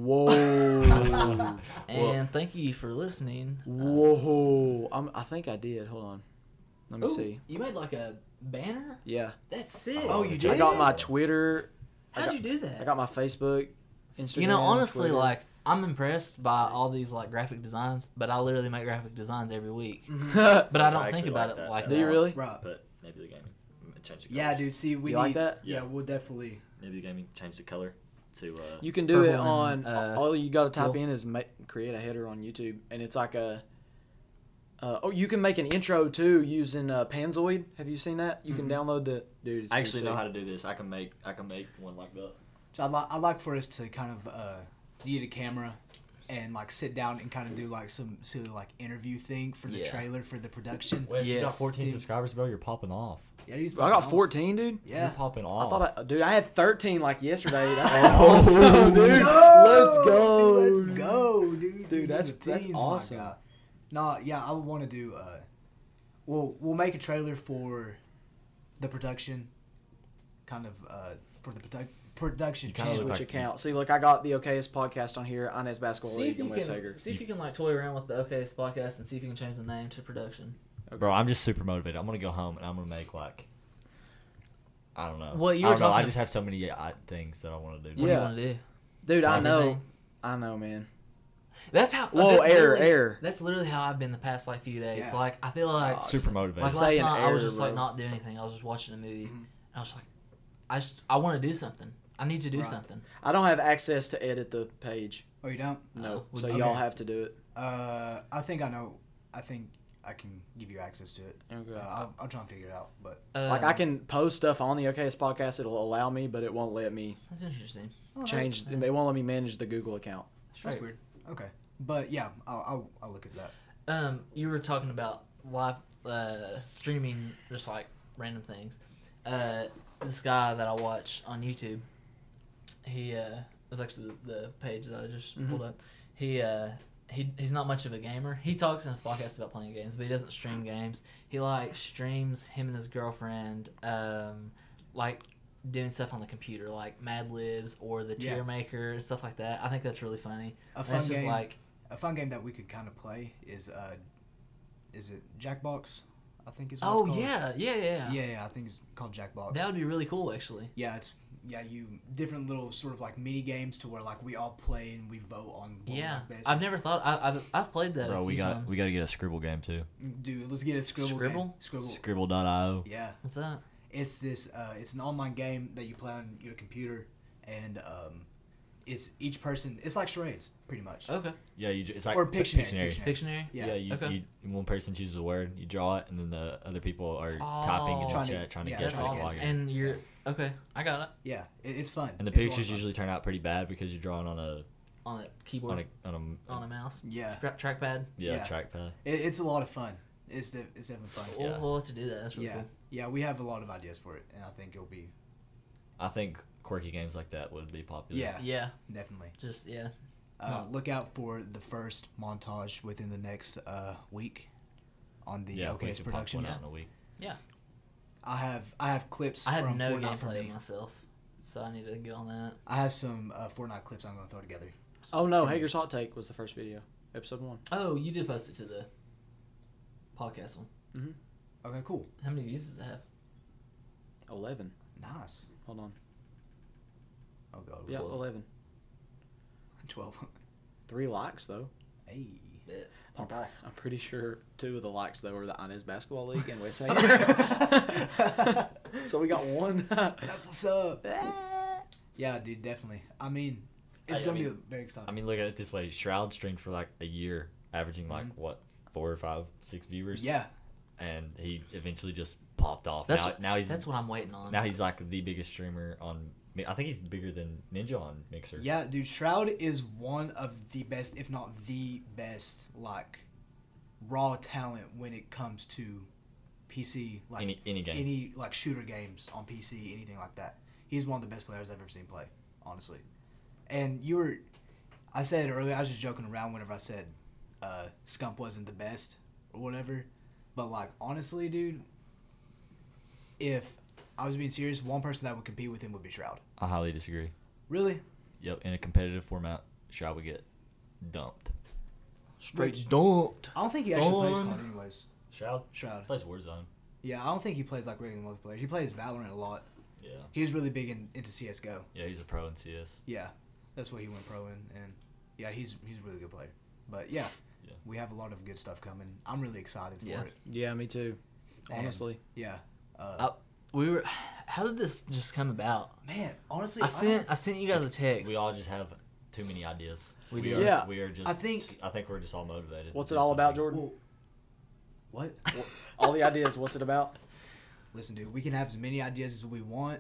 Speaker 2: Whoa,
Speaker 3: And thank you for listening. Uh,
Speaker 2: whoa! I'm, I think I did. Hold on, let me
Speaker 3: ooh,
Speaker 2: see.
Speaker 3: You made like a banner?
Speaker 2: Yeah,
Speaker 3: That's sick.
Speaker 1: Oh, you
Speaker 2: I
Speaker 1: did?
Speaker 2: got my Twitter. I
Speaker 3: How'd
Speaker 2: got-
Speaker 3: you do that?
Speaker 2: I got my Facebook, Instagram.
Speaker 3: you know, honestly,
Speaker 2: Twitter.
Speaker 3: like I'm impressed by all these like graphic designs, but I literally make graphic designs every week. But I
Speaker 4: Yes, I
Speaker 3: don't think
Speaker 4: actually
Speaker 3: about
Speaker 4: like
Speaker 3: it
Speaker 4: that.
Speaker 3: like
Speaker 2: do
Speaker 3: that.
Speaker 2: you really?
Speaker 1: Bro.
Speaker 4: But maybe the gaming change the
Speaker 1: Yeah, dude. See, we
Speaker 2: You
Speaker 1: need.
Speaker 2: like that?
Speaker 1: Yeah,
Speaker 4: Yeah.
Speaker 1: we'll definitely.
Speaker 4: Maybe the gaming change the color to. Uh,
Speaker 2: You can do it
Speaker 3: Purple
Speaker 2: on.
Speaker 3: and, uh,
Speaker 2: all you got to type
Speaker 3: teal.
Speaker 2: in is make, create a header on YouTube, and it's like a. Uh, oh, you can make an intro too using uh, Panzoid. Have you seen that? You can download the dude.
Speaker 4: Mm-hmm. I actually know how to do this. I can make. I can make one like that.
Speaker 1: I'd, li- I'd like for us to kind of uh, get a camera and like sit down and kind of do like some silly like interview thing for the
Speaker 3: Yeah.
Speaker 1: trailer for the production.
Speaker 4: Wes, you got
Speaker 3: Yes,
Speaker 4: 14
Speaker 1: dude.
Speaker 4: subscribers, bro. You're popping off.
Speaker 1: Yeah, he's-
Speaker 2: I got 14, dude.
Speaker 1: Yeah.
Speaker 4: You're popping
Speaker 2: I
Speaker 4: off.
Speaker 2: thought, I, dude, I had 13 like yesterday. That's
Speaker 4: Oh.
Speaker 2: awesome, dude. Oh, Let's go.
Speaker 1: Let's go, dude. These are
Speaker 2: that's-
Speaker 1: the
Speaker 2: that's
Speaker 1: my
Speaker 2: awesome.
Speaker 1: God. Nah, yeah, I would want to do. Uh, we'll we'll make a trailer for the production, kind of uh, for the produ- production.
Speaker 4: You kinda
Speaker 1: channel.
Speaker 4: look
Speaker 2: Which
Speaker 4: like-
Speaker 2: account? See, look, I got the OKS podcast on here, Inez Basketball
Speaker 3: See if
Speaker 2: League,
Speaker 3: you
Speaker 2: and Wes
Speaker 3: can
Speaker 2: Hager.
Speaker 3: see if you can like toy around with the OKS podcast and see if you can change the name to production.
Speaker 4: Bro, I'm just super motivated. I'm gonna go home and I'm gonna make like. I don't know.
Speaker 3: Well, you
Speaker 4: I
Speaker 3: were
Speaker 4: don't know. I
Speaker 3: talking-
Speaker 4: just have so many uh, things that I want to do.
Speaker 3: What do
Speaker 2: Yeah.
Speaker 3: you want to do?
Speaker 2: Dude, I know.
Speaker 3: Everything.
Speaker 2: I know, man.
Speaker 3: That's how.
Speaker 2: Whoa,
Speaker 3: that's
Speaker 2: air,
Speaker 3: literally-
Speaker 2: air.
Speaker 3: That's literally how I've been the past like few days.
Speaker 1: Yeah.
Speaker 3: Like I feel like
Speaker 2: Oh,
Speaker 4: Super motivated.
Speaker 3: Like
Speaker 2: Say
Speaker 3: last
Speaker 2: an
Speaker 3: night, I was
Speaker 2: error,
Speaker 3: just like
Speaker 2: bro. Mm-hmm.
Speaker 3: not doing anything. I was just watching a movie. And I was like, I just I want to do something. I need to do
Speaker 1: Right.
Speaker 3: something.
Speaker 2: I don't have access to edit the page.
Speaker 1: Oh, you don't?
Speaker 2: No,
Speaker 3: Oh,
Speaker 2: so
Speaker 3: okay.
Speaker 2: y'all have to do it.
Speaker 1: Uh, I think I know. I think I can give you access to it.
Speaker 4: Oh,
Speaker 2: Okay.
Speaker 1: Uh, I'll, I'll try and figure it out. But
Speaker 3: Um,
Speaker 2: like I can post stuff on the OKS podcast. It'll allow me, but it won't let me
Speaker 3: That's interesting.
Speaker 2: change.
Speaker 3: yeah.
Speaker 2: It won't let me manage the Google account.
Speaker 1: oh, that's weird. Okay. But yeah, I'll, I'll, I'll look at that.
Speaker 3: Um, you were talking about live uh, streaming, just like random things. Uh, this guy that I watch on YouTube, he uh, was actually the, the page that I just
Speaker 2: Mhm.
Speaker 1: Mm-hmm.
Speaker 3: pulled up. He uh, he he's not much of a gamer. He talks in his podcast about playing games, but he doesn't stream games. He like streams him and his girlfriend, um, like doing stuff on the computer, like Mad Libs or the
Speaker 1: Yeah.
Speaker 3: Tier Maker and stuff like that. I think that's really funny.
Speaker 1: A
Speaker 3: And
Speaker 1: fun
Speaker 3: it's just
Speaker 1: game.
Speaker 3: like
Speaker 1: a fun game that we could kind of play is uh, is it Jackbox? I think is. What it's
Speaker 3: oh
Speaker 1: called.
Speaker 3: yeah, yeah, yeah,
Speaker 1: Yeah, yeah, I think it's called Jackbox.
Speaker 3: That would be really cool, actually.
Speaker 1: yeah, it's yeah, you different little sort of like mini games to where like we all play and we vote on. what we
Speaker 3: Yeah,
Speaker 1: like best.
Speaker 3: I've never thought. I, I've I've played that.
Speaker 4: Bro,
Speaker 3: a
Speaker 4: we
Speaker 3: few
Speaker 4: got
Speaker 3: times.
Speaker 4: we got to get a Scribble game too.
Speaker 1: Dude, let's get a scribble. game.
Speaker 3: Scribble?
Speaker 1: Scribble.
Speaker 4: Scribble.io.
Speaker 1: yeah,
Speaker 3: What's that?
Speaker 1: it's this. Uh, it's an online game that you play on your computer, and um, it's each person. It's like charades, pretty much.
Speaker 3: Okay,
Speaker 4: Yeah, you, ju- it's like
Speaker 1: Or
Speaker 4: it's like
Speaker 1: Pictionary, Pictionary.
Speaker 3: Pictionary.
Speaker 1: Yeah.
Speaker 4: Yeah, you,
Speaker 3: Okay.
Speaker 4: you one person chooses a word, you draw it, and then the other people are typing
Speaker 3: Oh.
Speaker 4: in
Speaker 1: Trying
Speaker 4: the
Speaker 1: to-
Speaker 4: chat trying to
Speaker 1: yeah,
Speaker 4: guess
Speaker 3: That's
Speaker 1: trying to
Speaker 4: what
Speaker 1: guess.
Speaker 3: awesome.
Speaker 4: it's like.
Speaker 3: And you're okay. I got it
Speaker 1: Yeah, it, it's fun.
Speaker 4: And the
Speaker 1: It's a lot of
Speaker 4: pictures
Speaker 1: fun.
Speaker 4: usually turn out pretty bad because you're drawing on a
Speaker 3: on a
Speaker 4: on
Speaker 3: keyboard
Speaker 4: a on a,
Speaker 3: on a mouse.
Speaker 1: Yeah.
Speaker 3: Tra- trackpad.
Speaker 4: yeah,
Speaker 1: Yeah.
Speaker 4: trackpad.
Speaker 1: It, it's a lot of fun. It's de- it's having fun.
Speaker 3: We'll,
Speaker 4: Yeah.
Speaker 3: Oh, we'll have to do that. That's really
Speaker 1: yeah,
Speaker 3: cool.
Speaker 1: yeah, we have a lot of ideas for it, and I think it'll be
Speaker 4: I think quirky games like that would be popular.
Speaker 1: yeah,
Speaker 3: Yeah.
Speaker 1: definitely.
Speaker 3: Just yeah.
Speaker 1: Uh,
Speaker 3: Huh.
Speaker 1: look out for the first montage within the next uh, week on the
Speaker 4: yeah. if we
Speaker 1: OKS
Speaker 4: can pop one
Speaker 1: Productions.
Speaker 4: out in a week.
Speaker 1: I have I have clips.
Speaker 3: I have
Speaker 1: from
Speaker 3: no
Speaker 1: Fortnite for
Speaker 3: gameplay
Speaker 1: me.
Speaker 3: myself, so I need to get on that.
Speaker 1: I have some uh, Fortnite clips I'm gonna throw together.
Speaker 2: Oh no,
Speaker 1: For me.
Speaker 2: Hager's hot take was the first video, episode one.
Speaker 3: Oh, you did post it to the podcast one.
Speaker 1: Okay, cool,
Speaker 3: How many views does it have?
Speaker 2: 11.
Speaker 1: nice.
Speaker 2: Hold on.
Speaker 1: Oh god,
Speaker 2: Yeah,
Speaker 1: 12.
Speaker 2: 11.
Speaker 1: twelve.
Speaker 2: Three likes though.
Speaker 1: hey,
Speaker 3: Yeah.
Speaker 1: pop off.
Speaker 2: I'm pretty sure two of the likes though were the Inez Basketball League and West Hager. so we got one.
Speaker 1: That's what's up. yeah, dude, definitely. I mean, It's
Speaker 4: I
Speaker 1: gonna
Speaker 4: mean-
Speaker 1: be very exciting.
Speaker 4: I mean, look at it this way: Shroud streamed for like a year, averaging like
Speaker 3: Mm-hmm.
Speaker 4: what four or five, six viewers.
Speaker 1: yeah,
Speaker 4: and he eventually just popped off.
Speaker 3: That's
Speaker 4: now, now he's
Speaker 3: that's what I'm waiting on.
Speaker 4: now he's like the biggest streamer on. Mi- I think he's bigger than Ninja on Mixer.
Speaker 1: yeah, dude. Shroud is one of the best, if not the best, like raw talent when it comes to PC, like
Speaker 4: Any any game.
Speaker 1: any like shooter games on PC, anything like that. He's one of the best players I've ever seen play, honestly. And you were, I said earlier, I was just joking around whenever I said uh, Scump wasn't the best or whatever, but like honestly, dude, if I was being serious, one person that would compete with him would be Shroud.
Speaker 4: I highly disagree.
Speaker 1: Really?
Speaker 4: Yep, in a competitive format, Shroud would get dumped.
Speaker 2: Straight
Speaker 3: dumped.
Speaker 1: I don't think he actually plays
Speaker 3: Son.
Speaker 1: COD anyways.
Speaker 4: Shroud
Speaker 1: Shroud.
Speaker 4: plays Warzone.
Speaker 1: Yeah, I don't think he plays like regular multiplayer. He plays Valorant a lot.
Speaker 4: Yeah,
Speaker 1: He was really big in, into CS:GO.
Speaker 4: yeah, he's a pro in CS.
Speaker 1: Yeah, that's what he went pro in, and yeah, he's he's a really good player. But yeah,
Speaker 4: Yeah.
Speaker 1: we have a lot of good stuff coming. I'm really excited for
Speaker 3: Yeah.
Speaker 1: it.
Speaker 2: Yeah, me too.
Speaker 1: And-
Speaker 2: Honestly,
Speaker 1: Yeah, uh,
Speaker 3: I- We were. How did this just come about?
Speaker 1: man. Honestly,
Speaker 3: I
Speaker 1: I don't-
Speaker 3: sent I sent you guys a text.
Speaker 4: We all just have too many ideas.
Speaker 3: We
Speaker 4: we
Speaker 3: do.
Speaker 4: Are,
Speaker 2: Yeah.
Speaker 4: we are just.
Speaker 1: I think-
Speaker 4: I think we're just all motivated. to
Speaker 2: what's it
Speaker 4: do
Speaker 2: all about,
Speaker 4: something.
Speaker 2: Jordan?
Speaker 1: Well, what?
Speaker 2: All the ideas. What's it about?
Speaker 1: Listen, dude, we can have as many ideas as we want,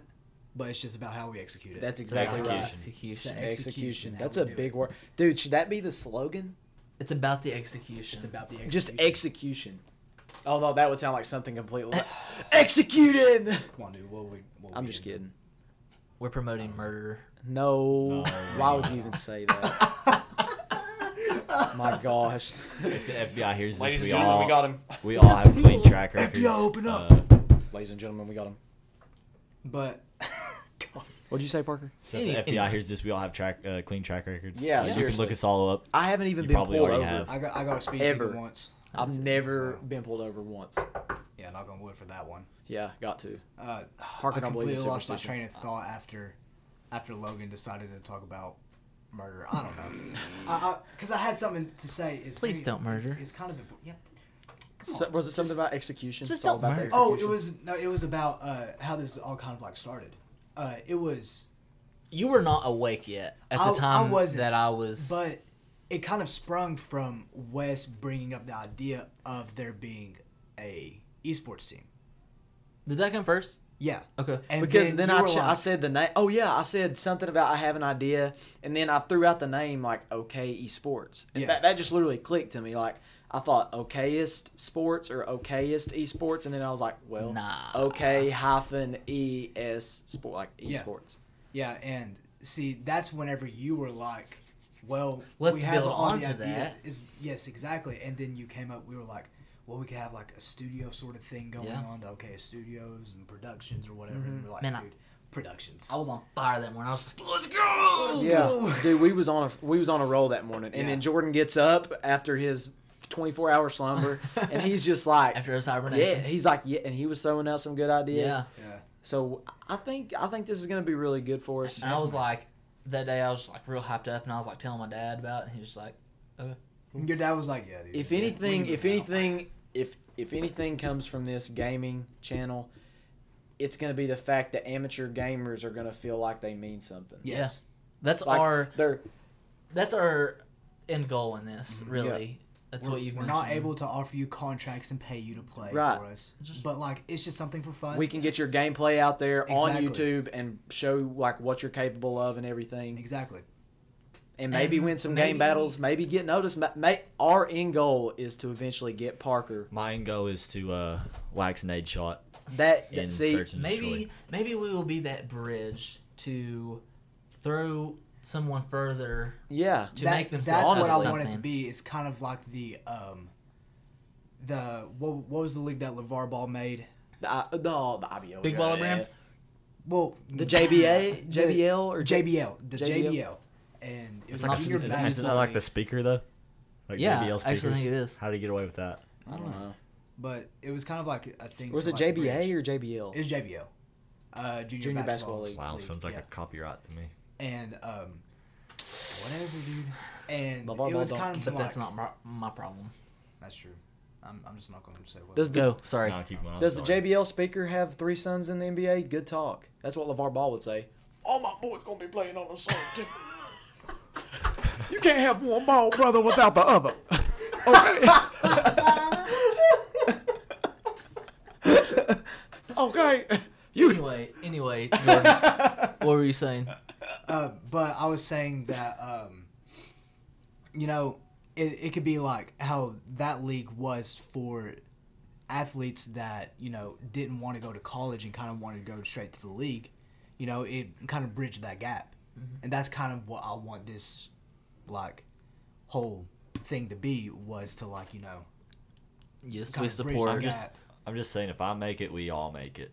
Speaker 1: but it's just about how we execute it.
Speaker 2: That's
Speaker 4: the
Speaker 2: exactly right.
Speaker 1: It's
Speaker 4: execution.
Speaker 1: the
Speaker 3: execution.
Speaker 1: execution.
Speaker 2: Execution.
Speaker 1: how
Speaker 2: That's
Speaker 1: we
Speaker 2: a
Speaker 1: do
Speaker 2: big
Speaker 1: it.
Speaker 2: word, dude. Should that be the slogan?
Speaker 3: It's about the execution.
Speaker 1: It's about the execution.
Speaker 2: Just execution. Oh no, that would sound like something completely. Executing.
Speaker 1: Come on, dude. What we? What
Speaker 2: I'm
Speaker 1: we
Speaker 2: just
Speaker 1: doing?
Speaker 2: kidding.
Speaker 3: We're promoting murder.
Speaker 2: No.
Speaker 4: No.
Speaker 2: Why would you even say that? My gosh.
Speaker 4: If the FBI hears
Speaker 2: Ladies
Speaker 4: this,
Speaker 2: and
Speaker 4: we
Speaker 2: gentlemen,
Speaker 4: all
Speaker 2: we got him.
Speaker 4: we all have clean track
Speaker 1: FBI,
Speaker 4: records.
Speaker 1: open up.
Speaker 4: Uh,
Speaker 2: Ladies and gentlemen, we got him.
Speaker 1: But
Speaker 2: What'd you say, Parker?
Speaker 4: so if the
Speaker 3: Any-
Speaker 4: FBI hears this, we all have track uh, clean track records.
Speaker 2: Yeah,
Speaker 4: Uh, you can
Speaker 2: seriously.
Speaker 4: look us all up.
Speaker 2: I haven't even
Speaker 4: You
Speaker 2: been pulled
Speaker 4: probably
Speaker 2: over.
Speaker 4: already have.
Speaker 1: I got I got a speed
Speaker 2: Ever.
Speaker 1: ticket once.
Speaker 2: I've never been pulled over once.
Speaker 1: Yeah, knock on wood for that one.
Speaker 2: Yeah, got to.
Speaker 1: Uh,
Speaker 2: Parker
Speaker 1: I
Speaker 2: don't believe in
Speaker 1: completely lost my
Speaker 2: superstition.
Speaker 1: train of thought after after Logan decided to talk about murder. I don't know, because I, 'cause I had something to say. It's
Speaker 3: Please
Speaker 1: very-
Speaker 3: don't murder.
Speaker 1: It's, it's kind of important. Yeah. Come
Speaker 2: So-
Speaker 1: on.
Speaker 2: was it something about execution?
Speaker 3: just
Speaker 2: It's all
Speaker 3: don't
Speaker 2: about the
Speaker 3: murder.
Speaker 1: Oh, it
Speaker 2: execution.
Speaker 1: was no, it was about uh, how this all kind of like started. Uh, it was,
Speaker 3: You were not awake yet at the
Speaker 1: I- I
Speaker 3: time
Speaker 1: wasn't,
Speaker 3: that I was.
Speaker 1: but it kind of sprung from Wes bringing up the idea of there being a esports team.
Speaker 3: did that come first?
Speaker 1: Yeah,
Speaker 3: Okay.
Speaker 1: and
Speaker 2: because then,
Speaker 1: you
Speaker 2: I,
Speaker 1: were
Speaker 2: ch- I
Speaker 1: like-
Speaker 2: said the name. Oh yeah, I said something about I have an idea, and then I threw out the name like OK Esports. And
Speaker 1: Yeah.
Speaker 2: That that just literally clicked to me. Like I thought OKest Sports or OKest Esports, and then I was like, well,
Speaker 3: Nah.
Speaker 2: OK hyphen E S Sport like
Speaker 1: Yeah.
Speaker 2: Esports.
Speaker 1: Yeah, and see, that's whenever you were like, "Well,
Speaker 3: Let's build
Speaker 1: all the
Speaker 3: onto
Speaker 1: ideas."
Speaker 3: that.
Speaker 1: Is yes, exactly. And then you came up. We were like, "Well, we could have like a studio sort of thing going
Speaker 3: Yeah.
Speaker 1: on." Okay, studios and productions or whatever.
Speaker 2: Mm-hmm.
Speaker 1: And we're like,
Speaker 3: Man, I-
Speaker 1: "Dude, productions."
Speaker 3: I was on fire that morning. I was like, let's go.
Speaker 2: Yeah, dude, we was on a we was on a roll that morning, and
Speaker 1: Yeah.
Speaker 2: then Jordan gets up after his 24 hour slumber, and he's just like,
Speaker 3: After his hibernation.
Speaker 2: yeah, he's like, yeah, and he was throwing out some good ideas.
Speaker 3: Yeah.
Speaker 1: Yeah,
Speaker 2: So I think I think this is gonna be really good for us.
Speaker 3: And I was like, that day I was just like real hyped up, and I was like telling my dad about, it, and he was just like,
Speaker 1: And your dad was like, "Yeah, dude."
Speaker 2: if
Speaker 1: yeah, we
Speaker 2: anything,
Speaker 1: can
Speaker 2: if
Speaker 1: do it now."
Speaker 2: anything, if if anything comes from this gaming channel, it's gonna be the fact that amateur gamers are gonna feel like they mean something.
Speaker 1: yes,
Speaker 3: that's
Speaker 2: Like,
Speaker 3: our
Speaker 2: they're
Speaker 3: that's our end goal in this.
Speaker 1: Mhm.
Speaker 3: Really, that's
Speaker 1: we're,
Speaker 3: what you've.
Speaker 1: we're not
Speaker 3: mentioned.
Speaker 1: able to offer you contracts and pay you to play
Speaker 2: Right.
Speaker 1: for us,
Speaker 3: Just-
Speaker 1: but like it's just something for fun.
Speaker 2: we can get your gameplay out there
Speaker 1: Exactly.
Speaker 2: on YouTube and show like what you're capable of and everything,
Speaker 1: exactly.
Speaker 2: and maybe
Speaker 3: And
Speaker 2: win some
Speaker 3: maybe-
Speaker 2: game battles, maybe get noticed. Ma- ma- our end goal is to eventually get Parker.
Speaker 4: My end goal is to uh, wax an aid shot
Speaker 2: That,
Speaker 4: in
Speaker 2: that see,
Speaker 4: search and
Speaker 3: maybe
Speaker 4: destroy.
Speaker 3: maybe we will be that bridge to throw someone further
Speaker 2: yeah,
Speaker 3: to make themselves.
Speaker 2: successful
Speaker 1: That's what I
Speaker 2: at
Speaker 1: want it to
Speaker 3: something.
Speaker 1: be. It's kind of like the um, the what, what was the league that Levar Ball made?
Speaker 2: the, I, no, the IBO,
Speaker 3: Big Baller Brand?
Speaker 1: Well,
Speaker 2: the JBA,
Speaker 1: the-
Speaker 2: JBL, or
Speaker 1: JBL, the
Speaker 2: JBL.
Speaker 1: JBL, and it was
Speaker 3: like
Speaker 1: like
Speaker 3: a-
Speaker 1: junior
Speaker 3: it's
Speaker 4: Isn't
Speaker 1: basketball.
Speaker 4: that like the
Speaker 1: league,
Speaker 4: speaker though? Like
Speaker 3: Yeah, actually,
Speaker 4: JBL
Speaker 3: I
Speaker 4: speakers?
Speaker 3: think it is.
Speaker 4: How do you get away with that?
Speaker 2: I don't know.
Speaker 1: but it was kind of like a thing.
Speaker 2: Was
Speaker 1: to,
Speaker 2: it
Speaker 1: like,
Speaker 2: JBA
Speaker 1: bridge.
Speaker 2: or JBL?
Speaker 1: It was JBL, uh, junior,
Speaker 2: Junior
Speaker 1: basketball,
Speaker 2: basketball league.
Speaker 4: Wow, sounds like
Speaker 1: yeah.
Speaker 4: a copyright to me.
Speaker 1: and um, whatever, dude. And
Speaker 2: LeVar
Speaker 1: it
Speaker 2: Ball
Speaker 1: was
Speaker 2: don't-
Speaker 1: kind of
Speaker 3: But
Speaker 1: like
Speaker 3: that's not my, my problem.
Speaker 1: that's true. I'm, I'm just not going to say what.
Speaker 2: Does the
Speaker 3: Go. Sorry.
Speaker 4: No, keep going. I'm
Speaker 2: does the
Speaker 4: sorry.
Speaker 2: JBL speaker have three sons in the NBA? Good talk. That's what LeVar Ball would say. All my boys gonna be playing on the same team.
Speaker 1: You can't have one ball brother without the other. Okay. okay. You.
Speaker 3: Anyway, anyway, Jordan, what were you saying?
Speaker 1: Uh, but I was saying that, um, you know, it, it could be like how that league was for athletes that, you know, didn't want to go to college and kind of wanted to go straight to the league. You know, it kind of bridged that gap. And that's kind of what I want this, like, whole thing to be was to, like, you know,
Speaker 3: Yes,
Speaker 1: kind
Speaker 3: we
Speaker 1: of bridge
Speaker 3: support.
Speaker 1: that
Speaker 4: just-
Speaker 1: gap.
Speaker 4: I'm just saying, if I make it, we all make it,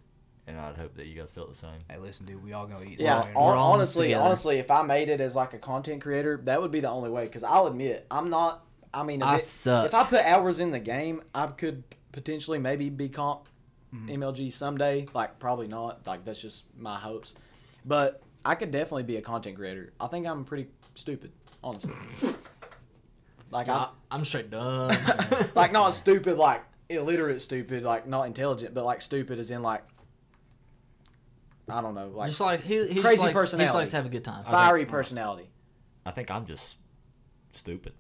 Speaker 4: and I'd hope that you guys felt the same.
Speaker 1: Hey, listen, dude, we all gonna eat.
Speaker 2: Yeah,
Speaker 1: somewhere.
Speaker 3: all-
Speaker 2: hon-
Speaker 3: We're all in this
Speaker 2: honestly,
Speaker 3: together.
Speaker 2: honestly, if I made it as like a content creator, that would be the only way. Because I'll admit, I'm not. I mean,
Speaker 3: I
Speaker 2: if, it-
Speaker 3: suck.
Speaker 2: if I put hours in the game, I could potentially maybe be comp MLG someday. Like, probably not. Like, that's just my hopes. But I could definitely be a content creator. I think I'm pretty stupid, honestly. like, I,
Speaker 3: I, I'm straight dumb.
Speaker 2: like not stupid like illiterate stupid like not intelligent but like stupid as in like i don't know like,
Speaker 3: just like he, he
Speaker 2: Crazy
Speaker 3: just likes, He just
Speaker 2: personality.
Speaker 3: likes to have a good time.
Speaker 2: fiery personality
Speaker 4: I think I'm just stupid.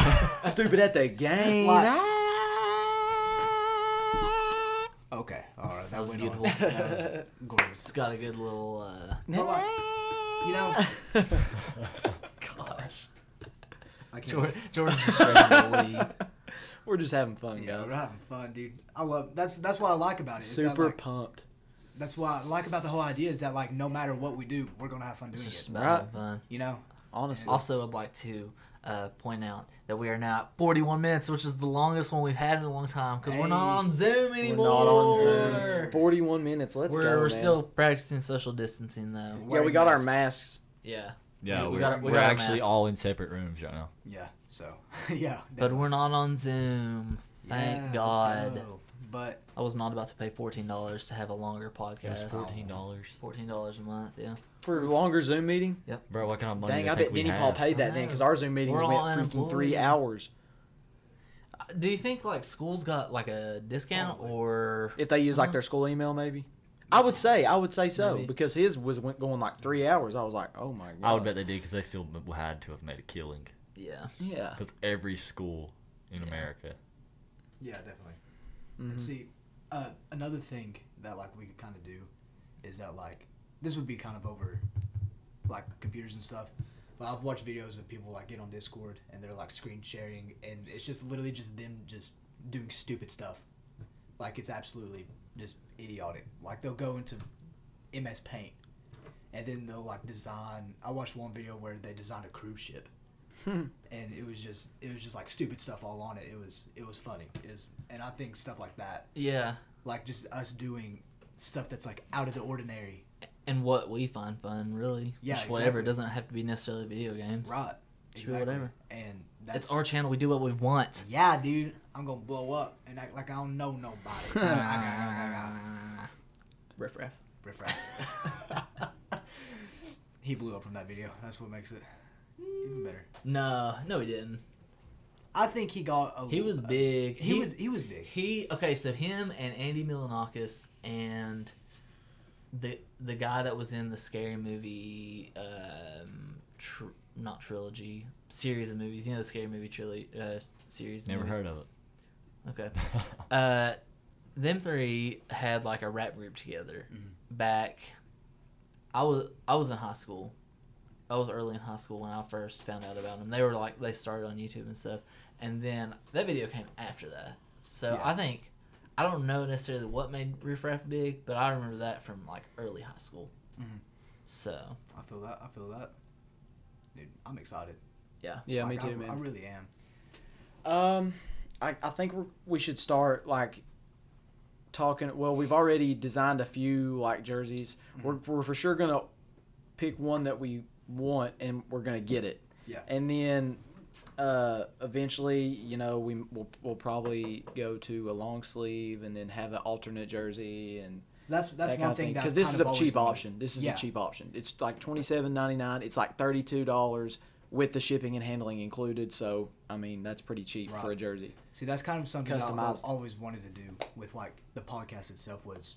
Speaker 2: stupid at the game ah.
Speaker 1: Okay, all right, that,
Speaker 3: was
Speaker 1: went
Speaker 3: beautiful.
Speaker 1: on. That was gorgeous.
Speaker 3: It's got a good little. Uh,
Speaker 1: But like, you know,
Speaker 3: gosh,
Speaker 1: I can't.
Speaker 3: Jordan, Jordan's just straight in the lead.
Speaker 2: we're just having fun
Speaker 1: Yeah,
Speaker 2: guys
Speaker 1: we're having fun, dude. I love that's that's what I like about it. is that,
Speaker 2: super
Speaker 1: like-
Speaker 2: pumped
Speaker 1: that's what I like about the whole idea is that like no matter what we do, we're gonna have fun
Speaker 3: It's
Speaker 1: doing
Speaker 3: just
Speaker 1: it.
Speaker 3: about having fun.
Speaker 1: You know,
Speaker 2: honestly
Speaker 3: Also, I'd like to uh, point out that we are now at 41 minutes, which is the longest one we've had in a long time because we're not
Speaker 1: Hey.
Speaker 3: on Zoom
Speaker 2: we're
Speaker 3: anymore.
Speaker 2: not on
Speaker 1: Anymore.
Speaker 2: zoom 41 minutes let's
Speaker 3: we're
Speaker 2: go
Speaker 3: we're
Speaker 2: man.
Speaker 3: still practicing social distancing though.
Speaker 2: yeah we
Speaker 1: wearing
Speaker 2: got our
Speaker 1: masks.
Speaker 2: masks
Speaker 3: Yeah,
Speaker 4: Yeah,
Speaker 3: We- we
Speaker 4: we are
Speaker 3: got- we
Speaker 4: we're
Speaker 3: got our
Speaker 4: actually
Speaker 3: masks.
Speaker 4: all in separate rooms right now.
Speaker 1: Yeah. So yeah.
Speaker 3: but we're not on Zoom.
Speaker 1: Yeah,
Speaker 3: Thank
Speaker 1: let's
Speaker 3: God.
Speaker 1: go. But
Speaker 3: I was not about to pay $14 to have a longer
Speaker 4: It was
Speaker 3: podcast.
Speaker 4: fourteen dollars,
Speaker 3: $14 a month, yeah.
Speaker 2: for a longer zoom meeting
Speaker 4: bro. What kind of money?
Speaker 2: dang
Speaker 4: they
Speaker 2: i
Speaker 4: think
Speaker 2: bet
Speaker 4: we
Speaker 2: denny
Speaker 4: have?
Speaker 2: paul paid
Speaker 3: I
Speaker 2: that then
Speaker 3: know.
Speaker 2: because our zoom meetings
Speaker 3: We're
Speaker 2: went
Speaker 3: all
Speaker 2: freaking three
Speaker 3: unemployed.
Speaker 2: hours
Speaker 3: Uh, Do you think like schools got like a discount
Speaker 1: Probably.
Speaker 3: or
Speaker 2: if they use like their school email maybe i would say i would say so
Speaker 3: Maybe.
Speaker 2: because his was went going like three hours i was like oh my god
Speaker 4: I would bet they did because they still m- had to have made a killing
Speaker 3: yeah.
Speaker 2: yeah
Speaker 4: because every school in
Speaker 3: Yeah.
Speaker 4: America.
Speaker 1: yeah, definitely.
Speaker 2: Mhm.
Speaker 1: And see, uh, another thing that like we could kind of do is that like this would be kind of over like computers and stuff. But I've watched videos of people like get on Discord and they're like screen sharing, and it's just literally just them just doing stupid stuff. Like it's absolutely just idiotic. Like they'll go into MS Paint, and then they'll like design. I watched one video where they designed a cruise ship,
Speaker 2: Hmm.
Speaker 1: and it was just it was just like stupid stuff all on it. It was it was funny. Is and I think stuff like that,
Speaker 3: Yeah.
Speaker 1: like just us doing stuff that's like out of the ordinary,
Speaker 3: And what we find fun, really.
Speaker 1: Yeah,
Speaker 3: Just whatever. It
Speaker 1: exactly.
Speaker 3: doesn't have to be necessarily video games.
Speaker 1: right?
Speaker 3: Sure, whatever.
Speaker 1: And that's
Speaker 3: It's our channel. We do what we want.
Speaker 1: yeah, dude. I'm gonna blow up and act like I don't know nobody. I got, I got, I got.
Speaker 3: Riff raff.
Speaker 1: Riff raff. he blew up from that video. That's what makes it even better.
Speaker 3: No, no, he didn't.
Speaker 1: I think he got a.
Speaker 3: He was
Speaker 1: uh,
Speaker 3: big.
Speaker 1: he, was he was big.
Speaker 3: He okay. So him and Andy Milanakis and the the guy that was in the scary movie, um, tr- not trilogy series of movies. You know the scary movie trilogy uh, series. of
Speaker 4: Never
Speaker 3: movies?
Speaker 4: heard of
Speaker 3: Okay.
Speaker 4: it.
Speaker 3: Uh, them three had like a rap group together
Speaker 1: Mhm.
Speaker 3: back. I was I was in high school. I was early in high school when I first found out about them. They were like they started on YouTube and stuff, and then that video came after that. So
Speaker 1: Yeah.
Speaker 3: I think I don't know necessarily what made Riff Raff big, but I remember that from like early high school.
Speaker 1: Mhm.
Speaker 3: So
Speaker 1: I feel that. I feel that. Dude, I'm excited.
Speaker 3: yeah,
Speaker 2: yeah
Speaker 1: Like,
Speaker 2: me
Speaker 1: I,
Speaker 2: too
Speaker 1: I
Speaker 2: man
Speaker 1: really am.
Speaker 2: um i, I think we're- we should start like talking well we've already designed a few like jerseys we're, we're for sure gonna pick one that we want and we're gonna get it
Speaker 1: Yeah.
Speaker 2: and then uh eventually you know we will we'll probably go to a long sleeve and then have an alternate jersey and
Speaker 1: So that's that's
Speaker 2: that kind
Speaker 1: one
Speaker 2: of
Speaker 1: thing
Speaker 2: thing
Speaker 1: that
Speaker 2: because this
Speaker 1: kind
Speaker 2: is
Speaker 1: of
Speaker 2: a
Speaker 1: always
Speaker 2: cheap
Speaker 1: wanted.
Speaker 2: option. This is
Speaker 1: Yeah.
Speaker 2: a cheap option. It's like twenty seven ninety nine. It's like thirty two dollars with the shipping and handling included. So I mean that's pretty cheap for
Speaker 1: Right.
Speaker 2: a jersey.
Speaker 1: See, that's kind of something that I've
Speaker 2: Customized.
Speaker 1: always wanted to do with like the podcast itself was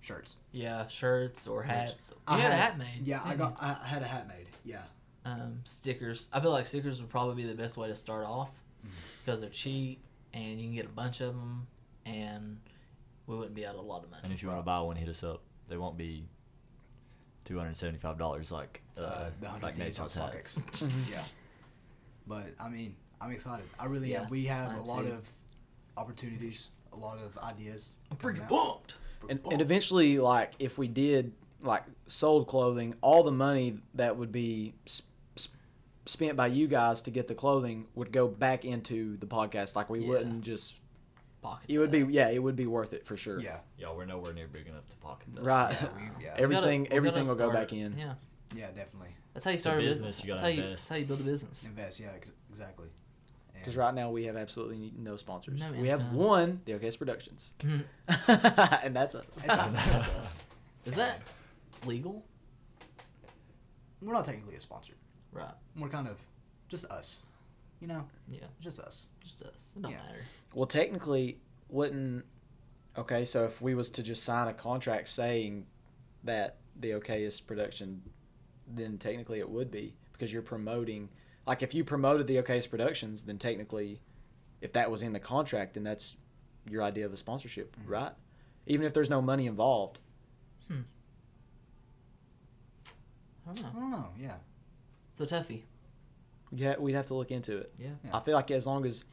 Speaker 1: shirts.
Speaker 3: yeah, shirts or hats.
Speaker 1: I
Speaker 3: you had a
Speaker 1: had-
Speaker 3: hat made.
Speaker 1: Yeah, I
Speaker 3: didn't
Speaker 1: got I I had a hat made. Yeah,
Speaker 3: um, stickers. I feel like stickers would probably be the best way to start off because they're cheap and you can get a bunch of them, and we wouldn't be out a lot of
Speaker 4: And
Speaker 3: money.
Speaker 4: if you want to buy one, hit us up. They won't be two hundred seventy-five dollars like uh,
Speaker 1: uh, the
Speaker 4: like
Speaker 1: hundred
Speaker 4: Nate
Speaker 1: days on
Speaker 4: Talks
Speaker 1: StockX.
Speaker 3: Mm-hmm.
Speaker 2: Mhm.
Speaker 1: yeah, but I mean, I'm excited. I really
Speaker 3: Yeah,
Speaker 1: am. We have a
Speaker 3: mine
Speaker 1: lot
Speaker 3: too.
Speaker 1: of opportunities, a lot of ideas.
Speaker 3: I'm
Speaker 1: coming
Speaker 3: freaking
Speaker 1: out.
Speaker 3: pumped.
Speaker 2: And,
Speaker 1: Oh,
Speaker 2: and eventually, like if we did like sold clothing, all the money that would be sp- sp- spent by you guys to get the clothing would go back into the podcast. Like we
Speaker 3: Yeah.
Speaker 2: wouldn't just.
Speaker 3: Pocket.
Speaker 2: It would be
Speaker 3: that.
Speaker 2: yeah. It would be worth it for sure.
Speaker 1: yeah,
Speaker 4: Y'all, we're nowhere near big enough to pocket that.
Speaker 2: Right.
Speaker 1: yeah,
Speaker 3: Yeah.
Speaker 2: Every-
Speaker 3: We gotta-
Speaker 2: Everything-
Speaker 3: we gotta
Speaker 2: everything will go
Speaker 3: start-
Speaker 2: back in.
Speaker 3: Yeah,
Speaker 1: yeah, definitely
Speaker 3: that's how you
Speaker 4: It's a
Speaker 3: start a
Speaker 4: business,
Speaker 3: business.
Speaker 4: you
Speaker 3: that's,
Speaker 4: gotta
Speaker 3: how you,
Speaker 4: invest.
Speaker 3: that's how you build a business.
Speaker 1: invest. Yeah, ex- exactly. And-
Speaker 2: Because right now we have absolutely no sponsors.
Speaker 3: No
Speaker 2: we have
Speaker 3: income.
Speaker 2: one, the OKS Productions,
Speaker 3: Mhm.
Speaker 2: and that's us.
Speaker 1: It's us.
Speaker 3: That's us. Is that legal?
Speaker 1: we're not technically a sponsor.
Speaker 3: Right.
Speaker 1: We're kind of just us. You know,
Speaker 3: Yeah.
Speaker 1: just us.
Speaker 3: Just us. It don't
Speaker 1: Yeah.
Speaker 3: matter.
Speaker 2: Well, technically, wouldn't okay. So if we was to just sign a contract saying that the OK is production, then technically it would be because you're promoting. Like if you promoted the OK's productions, then technically, if that was in the contract, then that's your idea of a sponsorship, right? Even if there's no money involved.
Speaker 3: I don't
Speaker 1: I
Speaker 3: know.
Speaker 1: don't know. Yeah,
Speaker 3: It's a toughie.
Speaker 2: Yeah, we'd have to look into it.
Speaker 3: Yeah.
Speaker 1: Yeah.
Speaker 2: I feel like as long as,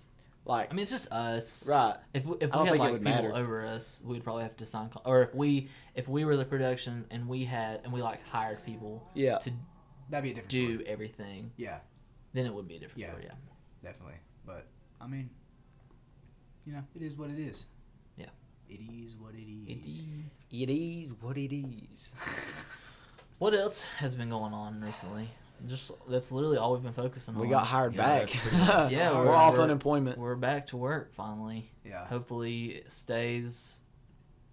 Speaker 2: like,
Speaker 3: I mean, it's just us.
Speaker 2: right,
Speaker 3: If we, if
Speaker 2: I don't
Speaker 3: we
Speaker 2: think
Speaker 3: had
Speaker 2: it
Speaker 3: like
Speaker 2: would
Speaker 3: people
Speaker 2: matter.
Speaker 3: over us, we'd probably have to sign. Con- or if we if we were the production and we had and we like hired people
Speaker 2: yeah,
Speaker 3: to
Speaker 1: that'd be a different.
Speaker 3: do
Speaker 1: story.
Speaker 3: everything,
Speaker 1: Yeah,
Speaker 3: then it would be a different
Speaker 1: Yeah.
Speaker 3: story. Yeah.
Speaker 1: definitely. But I mean, you know, it is what it is.
Speaker 3: Yeah.
Speaker 1: It is what it is.
Speaker 3: It is.
Speaker 2: it is what it is.
Speaker 3: What else has been going on recently? Just that's literally all we've been focusing on.
Speaker 2: We got hired
Speaker 4: Yeah,
Speaker 2: back.
Speaker 4: that's pretty much-
Speaker 3: Yeah,
Speaker 2: we're,
Speaker 3: we're-
Speaker 2: off
Speaker 3: we're-
Speaker 2: unemployment.
Speaker 3: We're back to work finally.
Speaker 2: Uh.
Speaker 1: Yeah.
Speaker 3: Hopefully it stays.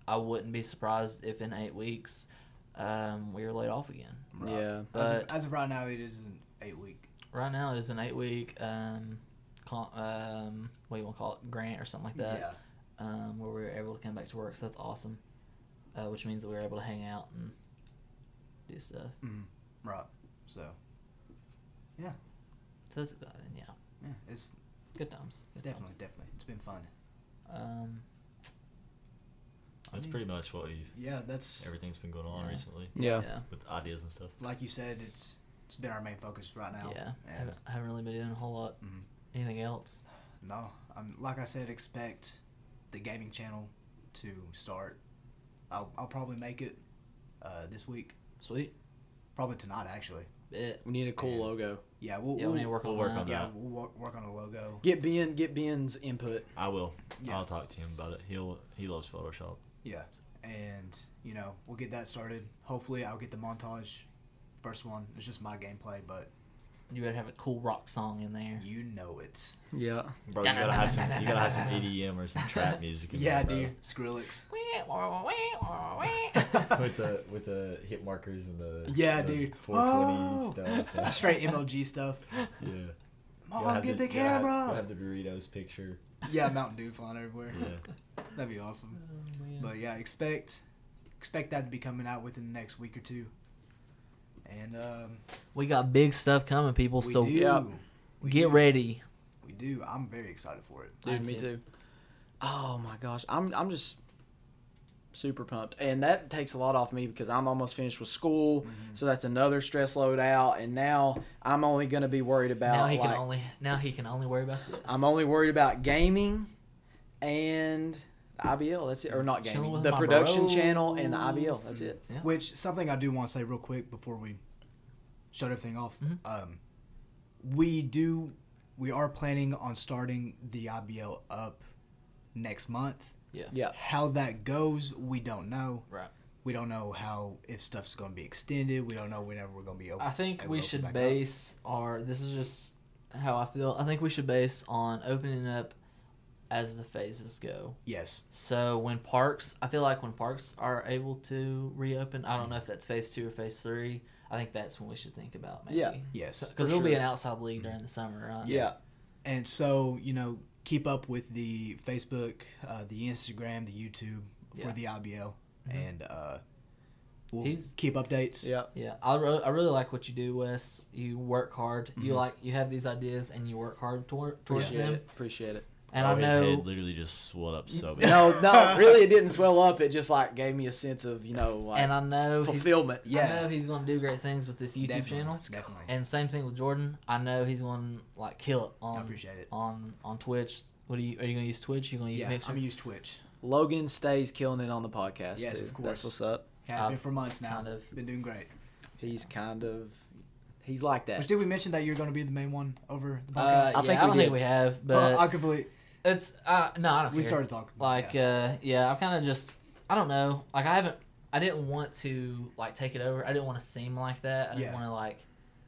Speaker 3: I wouldn't be surprised if in eight weeks, um, we are laid off again.
Speaker 1: Right.
Speaker 2: Yeah,
Speaker 1: as,
Speaker 3: But
Speaker 1: of, as of right now, it is an eight week.
Speaker 3: right now it is an eight week um, con- um, what do you want to call it, grant or something like that,
Speaker 1: yeah.
Speaker 3: um, where we were able to come back to work. So that's awesome. Uh, which means that we were able to hang out and do stuff.
Speaker 1: Mm, right. So
Speaker 3: So that's exciting. Yeah,
Speaker 1: yeah, it's
Speaker 3: good times. Good
Speaker 1: definitely,
Speaker 3: Times.
Speaker 1: definitely, it's been fun.
Speaker 3: Um,
Speaker 4: That's pretty much what we've.
Speaker 1: Yeah, that's
Speaker 4: Everything's been going on
Speaker 3: Yeah.
Speaker 4: recently
Speaker 2: Yeah.
Speaker 3: yeah.
Speaker 4: with ideas and stuff.
Speaker 1: like you said. It's it's been our main focus right now.
Speaker 3: Yeah, I
Speaker 1: And
Speaker 3: haven't, I haven't really been doing a whole lot.
Speaker 1: Mhm.
Speaker 3: Anything else?
Speaker 1: no, I'm like I said, expect the gaming channel to start. I'll I'll probably make it uh, this week,
Speaker 3: Sweet.
Speaker 1: probably tonight actually.
Speaker 3: It,
Speaker 2: We need a cool
Speaker 1: Yeah.
Speaker 2: logo.
Speaker 1: Yeah, we'll,
Speaker 3: yeah,
Speaker 1: we'll
Speaker 3: we need to work
Speaker 4: we'll
Speaker 3: on
Speaker 4: work
Speaker 3: that.
Speaker 4: on that.
Speaker 1: yeah we'll work, work on a logo.
Speaker 2: Get Ben, get Ben's input.
Speaker 4: I will.
Speaker 1: Yeah.
Speaker 4: I'll talk to him about it. He'll he loves Photoshop.
Speaker 1: Yeah, and you know we'll get that started. Hopefully, I'll get the montage. First one, it's just my gameplay, but
Speaker 3: You better have a cool rock song in there.
Speaker 1: you know it.
Speaker 2: Yeah.
Speaker 4: Bro, you gotta have some. You gotta have some EDM or some trap music. in
Speaker 1: Yeah,
Speaker 4: there, bro.
Speaker 1: dude, Skrillex.
Speaker 4: with the with the hit markers and the
Speaker 1: Yeah,
Speaker 4: the
Speaker 1: dude.
Speaker 4: 420
Speaker 1: Oh!
Speaker 4: stuff.
Speaker 1: Straight MLG stuff.
Speaker 4: Yeah. You'll
Speaker 1: Mom,
Speaker 4: have
Speaker 1: Oh, get the,
Speaker 4: you'll have-
Speaker 1: camera.
Speaker 4: you'll have the burritos picture.
Speaker 1: yeah, Mountain Dew flying everywhere.
Speaker 4: Yeah.
Speaker 1: That'd be awesome. But yeah, expect expect that to be coming out within the next week or two. And um,
Speaker 3: We got big stuff coming, people.
Speaker 1: we
Speaker 3: so
Speaker 1: do.
Speaker 2: yeah,
Speaker 1: We
Speaker 3: get
Speaker 1: do.
Speaker 3: ready.
Speaker 1: We do. I'm very excited for it.
Speaker 2: Dude,
Speaker 3: I'm
Speaker 2: me
Speaker 3: too.
Speaker 2: too. Oh my gosh. I'm I'm just super pumped. And that takes a lot off me because I'm almost finished with school. So that's another stress load out. And now I'm only gonna be worried about
Speaker 3: Now he
Speaker 2: like,
Speaker 3: can only now he can only worry about this.
Speaker 2: I'm only worried about gaming and the IBL, that's it. Or not
Speaker 3: Chilling
Speaker 2: gaming.
Speaker 3: with
Speaker 2: The
Speaker 3: my
Speaker 2: production channel and the
Speaker 3: bros.
Speaker 2: IBL, that's it.
Speaker 3: Yeah.
Speaker 1: Which something I do want to say real quick before we shut everything off.
Speaker 3: Mhm.
Speaker 1: Um, we do. We are planning on starting the IBO up next month.
Speaker 3: Yeah.
Speaker 2: Yeah.
Speaker 1: How that goes, we don't know.
Speaker 3: Right.
Speaker 1: We don't know how if stuff's going to be extended. We don't know whenever we're going to be open.
Speaker 3: I think
Speaker 1: able
Speaker 3: we
Speaker 1: to open back
Speaker 3: should
Speaker 1: up.
Speaker 3: base our. This is just how I feel. I think we should base on opening up as the phases go.
Speaker 1: Yes.
Speaker 3: So when parks, I feel like when parks are able to reopen, I don't know if that's phase two or phase three. I think that's when we should think about maybe.
Speaker 2: Yeah.
Speaker 1: Yes.
Speaker 3: Because
Speaker 2: for
Speaker 3: there'll be
Speaker 2: sure.
Speaker 3: an outside league during the summer, right?
Speaker 2: Yeah.
Speaker 1: And so, you know, keep up with the Facebook, uh, the Instagram, the YouTube for
Speaker 3: Yeah.
Speaker 1: the IBL. And uh, We'll
Speaker 3: Mm-hmm. He's-
Speaker 1: keep updates.
Speaker 2: Yeah.
Speaker 3: Yeah, I, re- I really like what you do, Wes. You work hard.
Speaker 2: Mm-hmm.
Speaker 3: You like you have these ideas and you work hard tor- towards
Speaker 2: Appreciate
Speaker 3: them.
Speaker 2: it. Appreciate it.
Speaker 3: And
Speaker 4: oh,
Speaker 3: I
Speaker 4: his
Speaker 3: know
Speaker 4: head literally just swelled up so bad.
Speaker 2: No, no, really, it didn't swell up. It just like gave me a sense of you know like
Speaker 3: and I know he's,
Speaker 2: fulfillment.
Speaker 1: Yeah.
Speaker 3: I know he's going to do great things with this YouTube
Speaker 1: Definitely,
Speaker 3: channel.
Speaker 1: definitely.
Speaker 3: And same thing with Jordan. I know he's going to like kill it on
Speaker 1: I appreciate it.
Speaker 3: on on Twitch. What are you are you going to use Twitch? You going to use
Speaker 1: Yeah, I'm
Speaker 3: Mixer?
Speaker 1: gonna use Twitch.
Speaker 2: Logan stays killing it on the podcast.
Speaker 1: Yes,
Speaker 2: too.
Speaker 1: of
Speaker 2: That's
Speaker 1: course.
Speaker 2: what's up.
Speaker 1: Have
Speaker 3: I've
Speaker 1: been for months now.
Speaker 3: kind of-
Speaker 1: Been doing great.
Speaker 2: He's kind of, he's like that.
Speaker 1: Which did we mention that you're gonna be the main one over the
Speaker 3: uh,
Speaker 1: podcast?
Speaker 3: yeah,
Speaker 2: I think
Speaker 3: I
Speaker 2: we
Speaker 3: don't
Speaker 2: did.
Speaker 3: think we have, but
Speaker 1: oh, I completely.
Speaker 3: it's uh, no, I don't.
Speaker 1: We
Speaker 3: care.
Speaker 1: started talking.
Speaker 3: like
Speaker 1: yeah.
Speaker 3: uh yeah i've kind of just i don't know like i haven't i didn't want to like take it over i didn't want to seem like that i didn't
Speaker 1: Yeah.
Speaker 3: want to like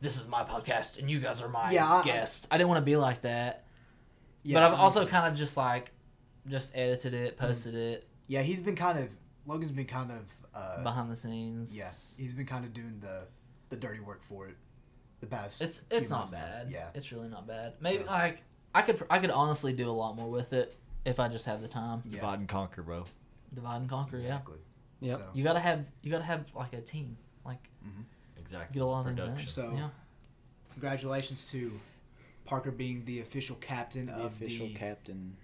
Speaker 3: this is my podcast and you guys are my
Speaker 1: Yeah, I-
Speaker 3: guest i didn't want to be like that
Speaker 1: yeah,
Speaker 3: but i've
Speaker 1: I'm-
Speaker 3: also kind of just like just edited it
Speaker 1: Mm-hmm.
Speaker 3: posted it
Speaker 1: Yeah, he's been kind of. Logan's been kind of. Uh,
Speaker 3: behind the scenes
Speaker 1: Yeah, he's been kind of doing the the dirty work for it. The past.
Speaker 3: it's
Speaker 1: few
Speaker 3: it's not
Speaker 1: months now.
Speaker 3: bad
Speaker 1: Yeah.
Speaker 3: it's really not bad maybe
Speaker 1: So-
Speaker 3: like i could i could honestly do a lot more with it if i just have the time
Speaker 1: Yeah.
Speaker 4: Divide and conquer, bro.
Speaker 3: divide and conquer
Speaker 1: Exactly.
Speaker 2: Yep.
Speaker 1: So,
Speaker 3: yeah you gotta have you gotta have like a team like
Speaker 4: Exactly.
Speaker 3: get a lot of things done.
Speaker 4: Production.
Speaker 1: So-
Speaker 3: yeah
Speaker 1: congratulations to Parker being the official captain
Speaker 2: the
Speaker 1: of
Speaker 2: official
Speaker 1: the
Speaker 2: captain.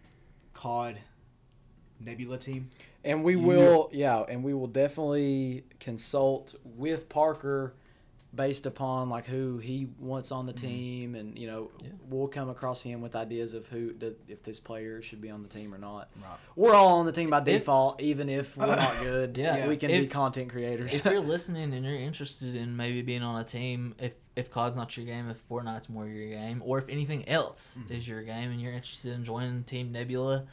Speaker 1: COD Nebula team.
Speaker 2: And we
Speaker 1: You-
Speaker 2: will, yeah, and we will definitely consult with Parker based upon like who he wants on the team, and you know,
Speaker 3: Yeah.
Speaker 2: we'll come across him with ideas of who th- if this player should be on the team or not.
Speaker 1: Right.
Speaker 2: We're all on the team by default, even if we're not good.
Speaker 3: Yeah.
Speaker 2: we can be
Speaker 3: If-
Speaker 2: content creators.
Speaker 3: if you're listening and you're interested in maybe being on a team, if if COD's not your game, if Fortnite's more your game, or if anything else
Speaker 1: Mm-hmm.
Speaker 3: is your game, and you're interested in joining Team Nebula,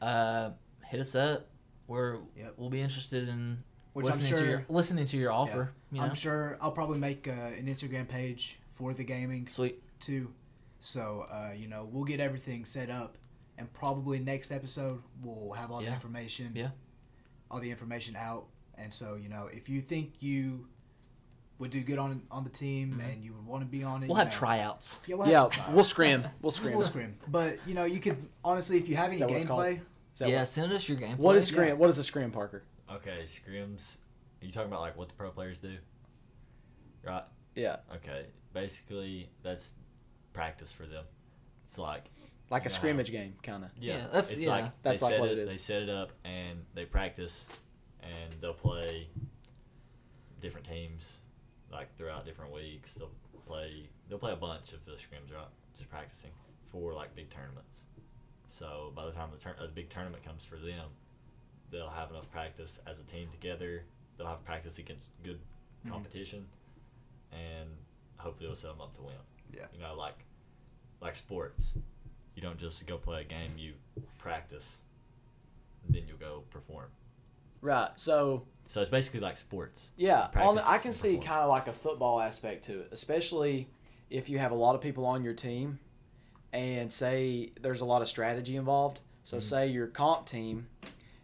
Speaker 3: uh, hit us up. We're
Speaker 1: Yep.
Speaker 3: we'll be interested in
Speaker 1: Which I'm
Speaker 3: listening to your
Speaker 1: sure-
Speaker 3: listening to your offer. You know,
Speaker 1: I'm sure I'll probably make uh, an Instagram page for the gaming
Speaker 3: sweet.
Speaker 1: too. So uh, you know we'll get everything set up, and probably next episode we'll have all the
Speaker 3: Yeah.
Speaker 1: information.
Speaker 3: Yeah.
Speaker 1: All the information out, and so you know if you think you would do good on on the team and you would want to be on it,
Speaker 3: Mm-hmm. We'll
Speaker 1: you
Speaker 3: have
Speaker 1: know-
Speaker 3: tryouts.
Speaker 1: Yeah, we'll
Speaker 2: yeah,
Speaker 1: have some-
Speaker 2: we'll scrim. We'll scrim.
Speaker 1: We'll scrim. But you know you could honestly if you have any
Speaker 2: Is that what it's called?
Speaker 1: gameplay,
Speaker 2: Is that
Speaker 3: yeah,
Speaker 2: what-
Speaker 3: send us your gameplay.
Speaker 2: what is
Speaker 1: Yeah.
Speaker 2: scrim? What is a scrim, Parker?
Speaker 4: Okay, scrims. Are you talking about like what the pro players do? Right.
Speaker 2: Yeah,
Speaker 4: Okay. Basically, that's practice for them. It's like
Speaker 2: like a
Speaker 4: Yeah.
Speaker 2: scrimmage game, kind of.
Speaker 4: yeah,
Speaker 3: Yeah, that's-
Speaker 4: it's
Speaker 3: yeah.
Speaker 4: like
Speaker 2: That's
Speaker 4: they
Speaker 2: like
Speaker 4: set
Speaker 2: what it is.
Speaker 4: They set it up and they practice, and they'll play different teams like throughout different weeks. They'll play they'll play a bunch of the scrims, right? Just practicing for like big tournaments. So by the time the, tur- a big tournament comes for them, they'll have enough practice as a team together. They'll have practice against good competition, and hopefully it'll set them up to win.
Speaker 1: Yeah.
Speaker 4: You know, like like sports, you don't just go play a game. You practice, and then you go perform.
Speaker 2: Right. So
Speaker 4: So it's basically like sports.
Speaker 2: Yeah, on
Speaker 4: practice
Speaker 2: I can
Speaker 4: and
Speaker 2: see
Speaker 4: perform.
Speaker 2: kind of like a football aspect to it, especially if you have a lot of people on your team, and say there's a lot of strategy involved. So say your comp team,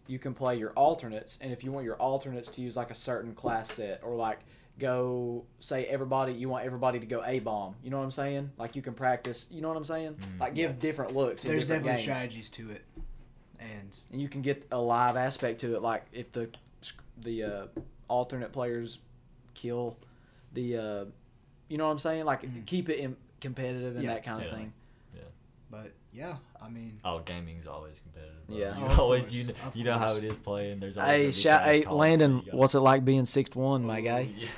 Speaker 2: you can play your alternates, and if you want your alternates to use like a certain class set or like go say everybody you want everybody to go a bomb. You know what I'm saying? Like you can practice. You know what I'm saying? Like give different looks. in
Speaker 1: there's
Speaker 2: different
Speaker 1: definitely
Speaker 2: games
Speaker 1: strategies to it, and
Speaker 2: and you can get a live aspect to it. Like if the the uh, alternate players kill the, uh, you know what I'm saying? Like keep it in competitive and
Speaker 1: Yeah.
Speaker 2: that kind of
Speaker 4: Yeah.
Speaker 2: thing.
Speaker 1: but yeah, I mean
Speaker 4: Oh, gaming's always competitive. bro.
Speaker 2: Yeah.
Speaker 4: you
Speaker 1: Oh, of
Speaker 4: always
Speaker 1: course,
Speaker 4: you know,
Speaker 1: of
Speaker 4: you know how
Speaker 1: course.
Speaker 4: it is playing. There's always gonna
Speaker 2: Hey,
Speaker 4: be
Speaker 2: shout,
Speaker 4: trash
Speaker 2: hey,
Speaker 4: talk, so
Speaker 2: Landon,
Speaker 4: you gotta-
Speaker 2: what's it like being six one, my
Speaker 4: Ooh,
Speaker 2: guy?
Speaker 4: Yeah.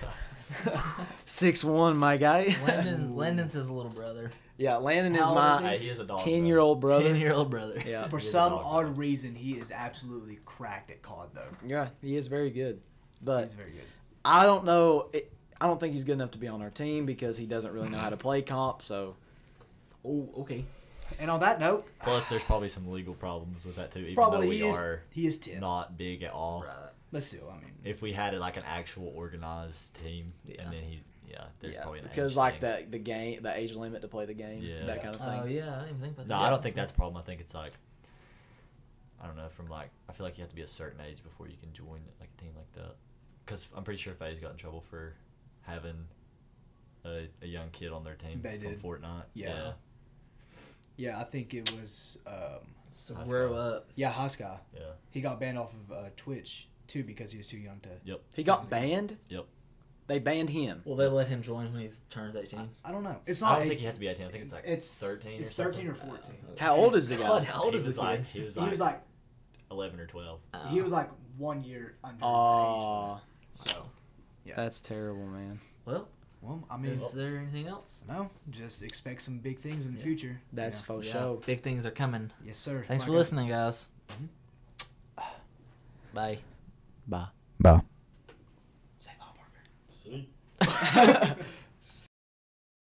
Speaker 2: Six one, my guy.
Speaker 3: Landon, Landon's his little brother,
Speaker 2: yeah, Landon is
Speaker 3: How old is
Speaker 2: my
Speaker 4: hey, he is a dog.
Speaker 2: ten year old
Speaker 3: ten
Speaker 2: brother.
Speaker 3: year old brother.
Speaker 2: Yeah,
Speaker 1: for
Speaker 4: He's a
Speaker 1: some
Speaker 4: dog,
Speaker 1: odd
Speaker 4: though.
Speaker 1: reason he is absolutely cracked at COD though.
Speaker 2: yeah, he is very good, but
Speaker 1: He's very good.
Speaker 2: I don't know. It, I don't think he's good enough to be on our team because he doesn't really know how to play comp. So
Speaker 3: Oh, okay.
Speaker 1: And on that note,
Speaker 4: Plus, there's probably some legal problems with that too. Even though
Speaker 1: probably
Speaker 4: we
Speaker 1: he is
Speaker 4: are
Speaker 1: he is ten.
Speaker 4: not big at all.
Speaker 1: But still, I mean,
Speaker 4: If we had like an actual organized team,
Speaker 3: Yeah.
Speaker 4: and then he, yeah, there's
Speaker 2: yeah,
Speaker 4: probably an
Speaker 2: because
Speaker 4: age
Speaker 2: like
Speaker 4: thing.
Speaker 2: the the game, the age limit to play the game,
Speaker 4: Yeah.
Speaker 2: that kind of thing.
Speaker 3: Oh yeah, I didn't even think about that.
Speaker 4: No, I don't think
Speaker 3: So-
Speaker 4: that's a problem. I think it's like, I don't know, from like, I feel like you have to be a certain age before you can join like a team like that. Because I'm pretty sure FaZe got in trouble for having a, a young kid on their team
Speaker 1: They
Speaker 4: from
Speaker 1: did.
Speaker 4: Fortnite.
Speaker 1: Yeah. yeah, I think it was um,
Speaker 3: So
Speaker 4: That's
Speaker 3: grow
Speaker 4: fine.
Speaker 3: up.
Speaker 1: yeah Haska.
Speaker 4: Yeah. yeah.
Speaker 1: He got banned off of uh, Twitch too because he was too young to.
Speaker 2: He got banned.
Speaker 4: Yep.
Speaker 2: They banned him.
Speaker 3: Will they let him join when he turns 18?
Speaker 1: I don't know. It's
Speaker 4: I
Speaker 1: not.
Speaker 4: don't
Speaker 1: a-
Speaker 4: think you have to be 18. I think it's like 13
Speaker 1: It's
Speaker 4: or
Speaker 1: thirteen or
Speaker 3: something.
Speaker 1: fourteen.
Speaker 2: How old is the guy?
Speaker 3: God, Uh, how old
Speaker 4: he
Speaker 3: is
Speaker 4: was
Speaker 3: this
Speaker 4: like,
Speaker 3: kid?
Speaker 4: he was
Speaker 1: He
Speaker 4: like
Speaker 1: was like
Speaker 4: 11 or 12.
Speaker 3: Uh,
Speaker 1: he was like one year under age.
Speaker 2: Aw,
Speaker 1: So Yeah.
Speaker 2: that's terrible, man.
Speaker 3: Well,
Speaker 1: well, I mean,
Speaker 3: is there anything else?
Speaker 1: no, just expect some big things in the
Speaker 3: Yeah.
Speaker 1: future.
Speaker 2: That's
Speaker 1: Yeah.
Speaker 2: for
Speaker 3: Yeah,
Speaker 2: sure.
Speaker 3: Big things are coming.
Speaker 1: yes, sir.
Speaker 3: Thanks
Speaker 1: My
Speaker 3: for
Speaker 1: good-
Speaker 3: listening, guys.
Speaker 1: Mhm.
Speaker 3: Bye.
Speaker 2: Bye.
Speaker 1: Bye.
Speaker 3: Say bye, Parker.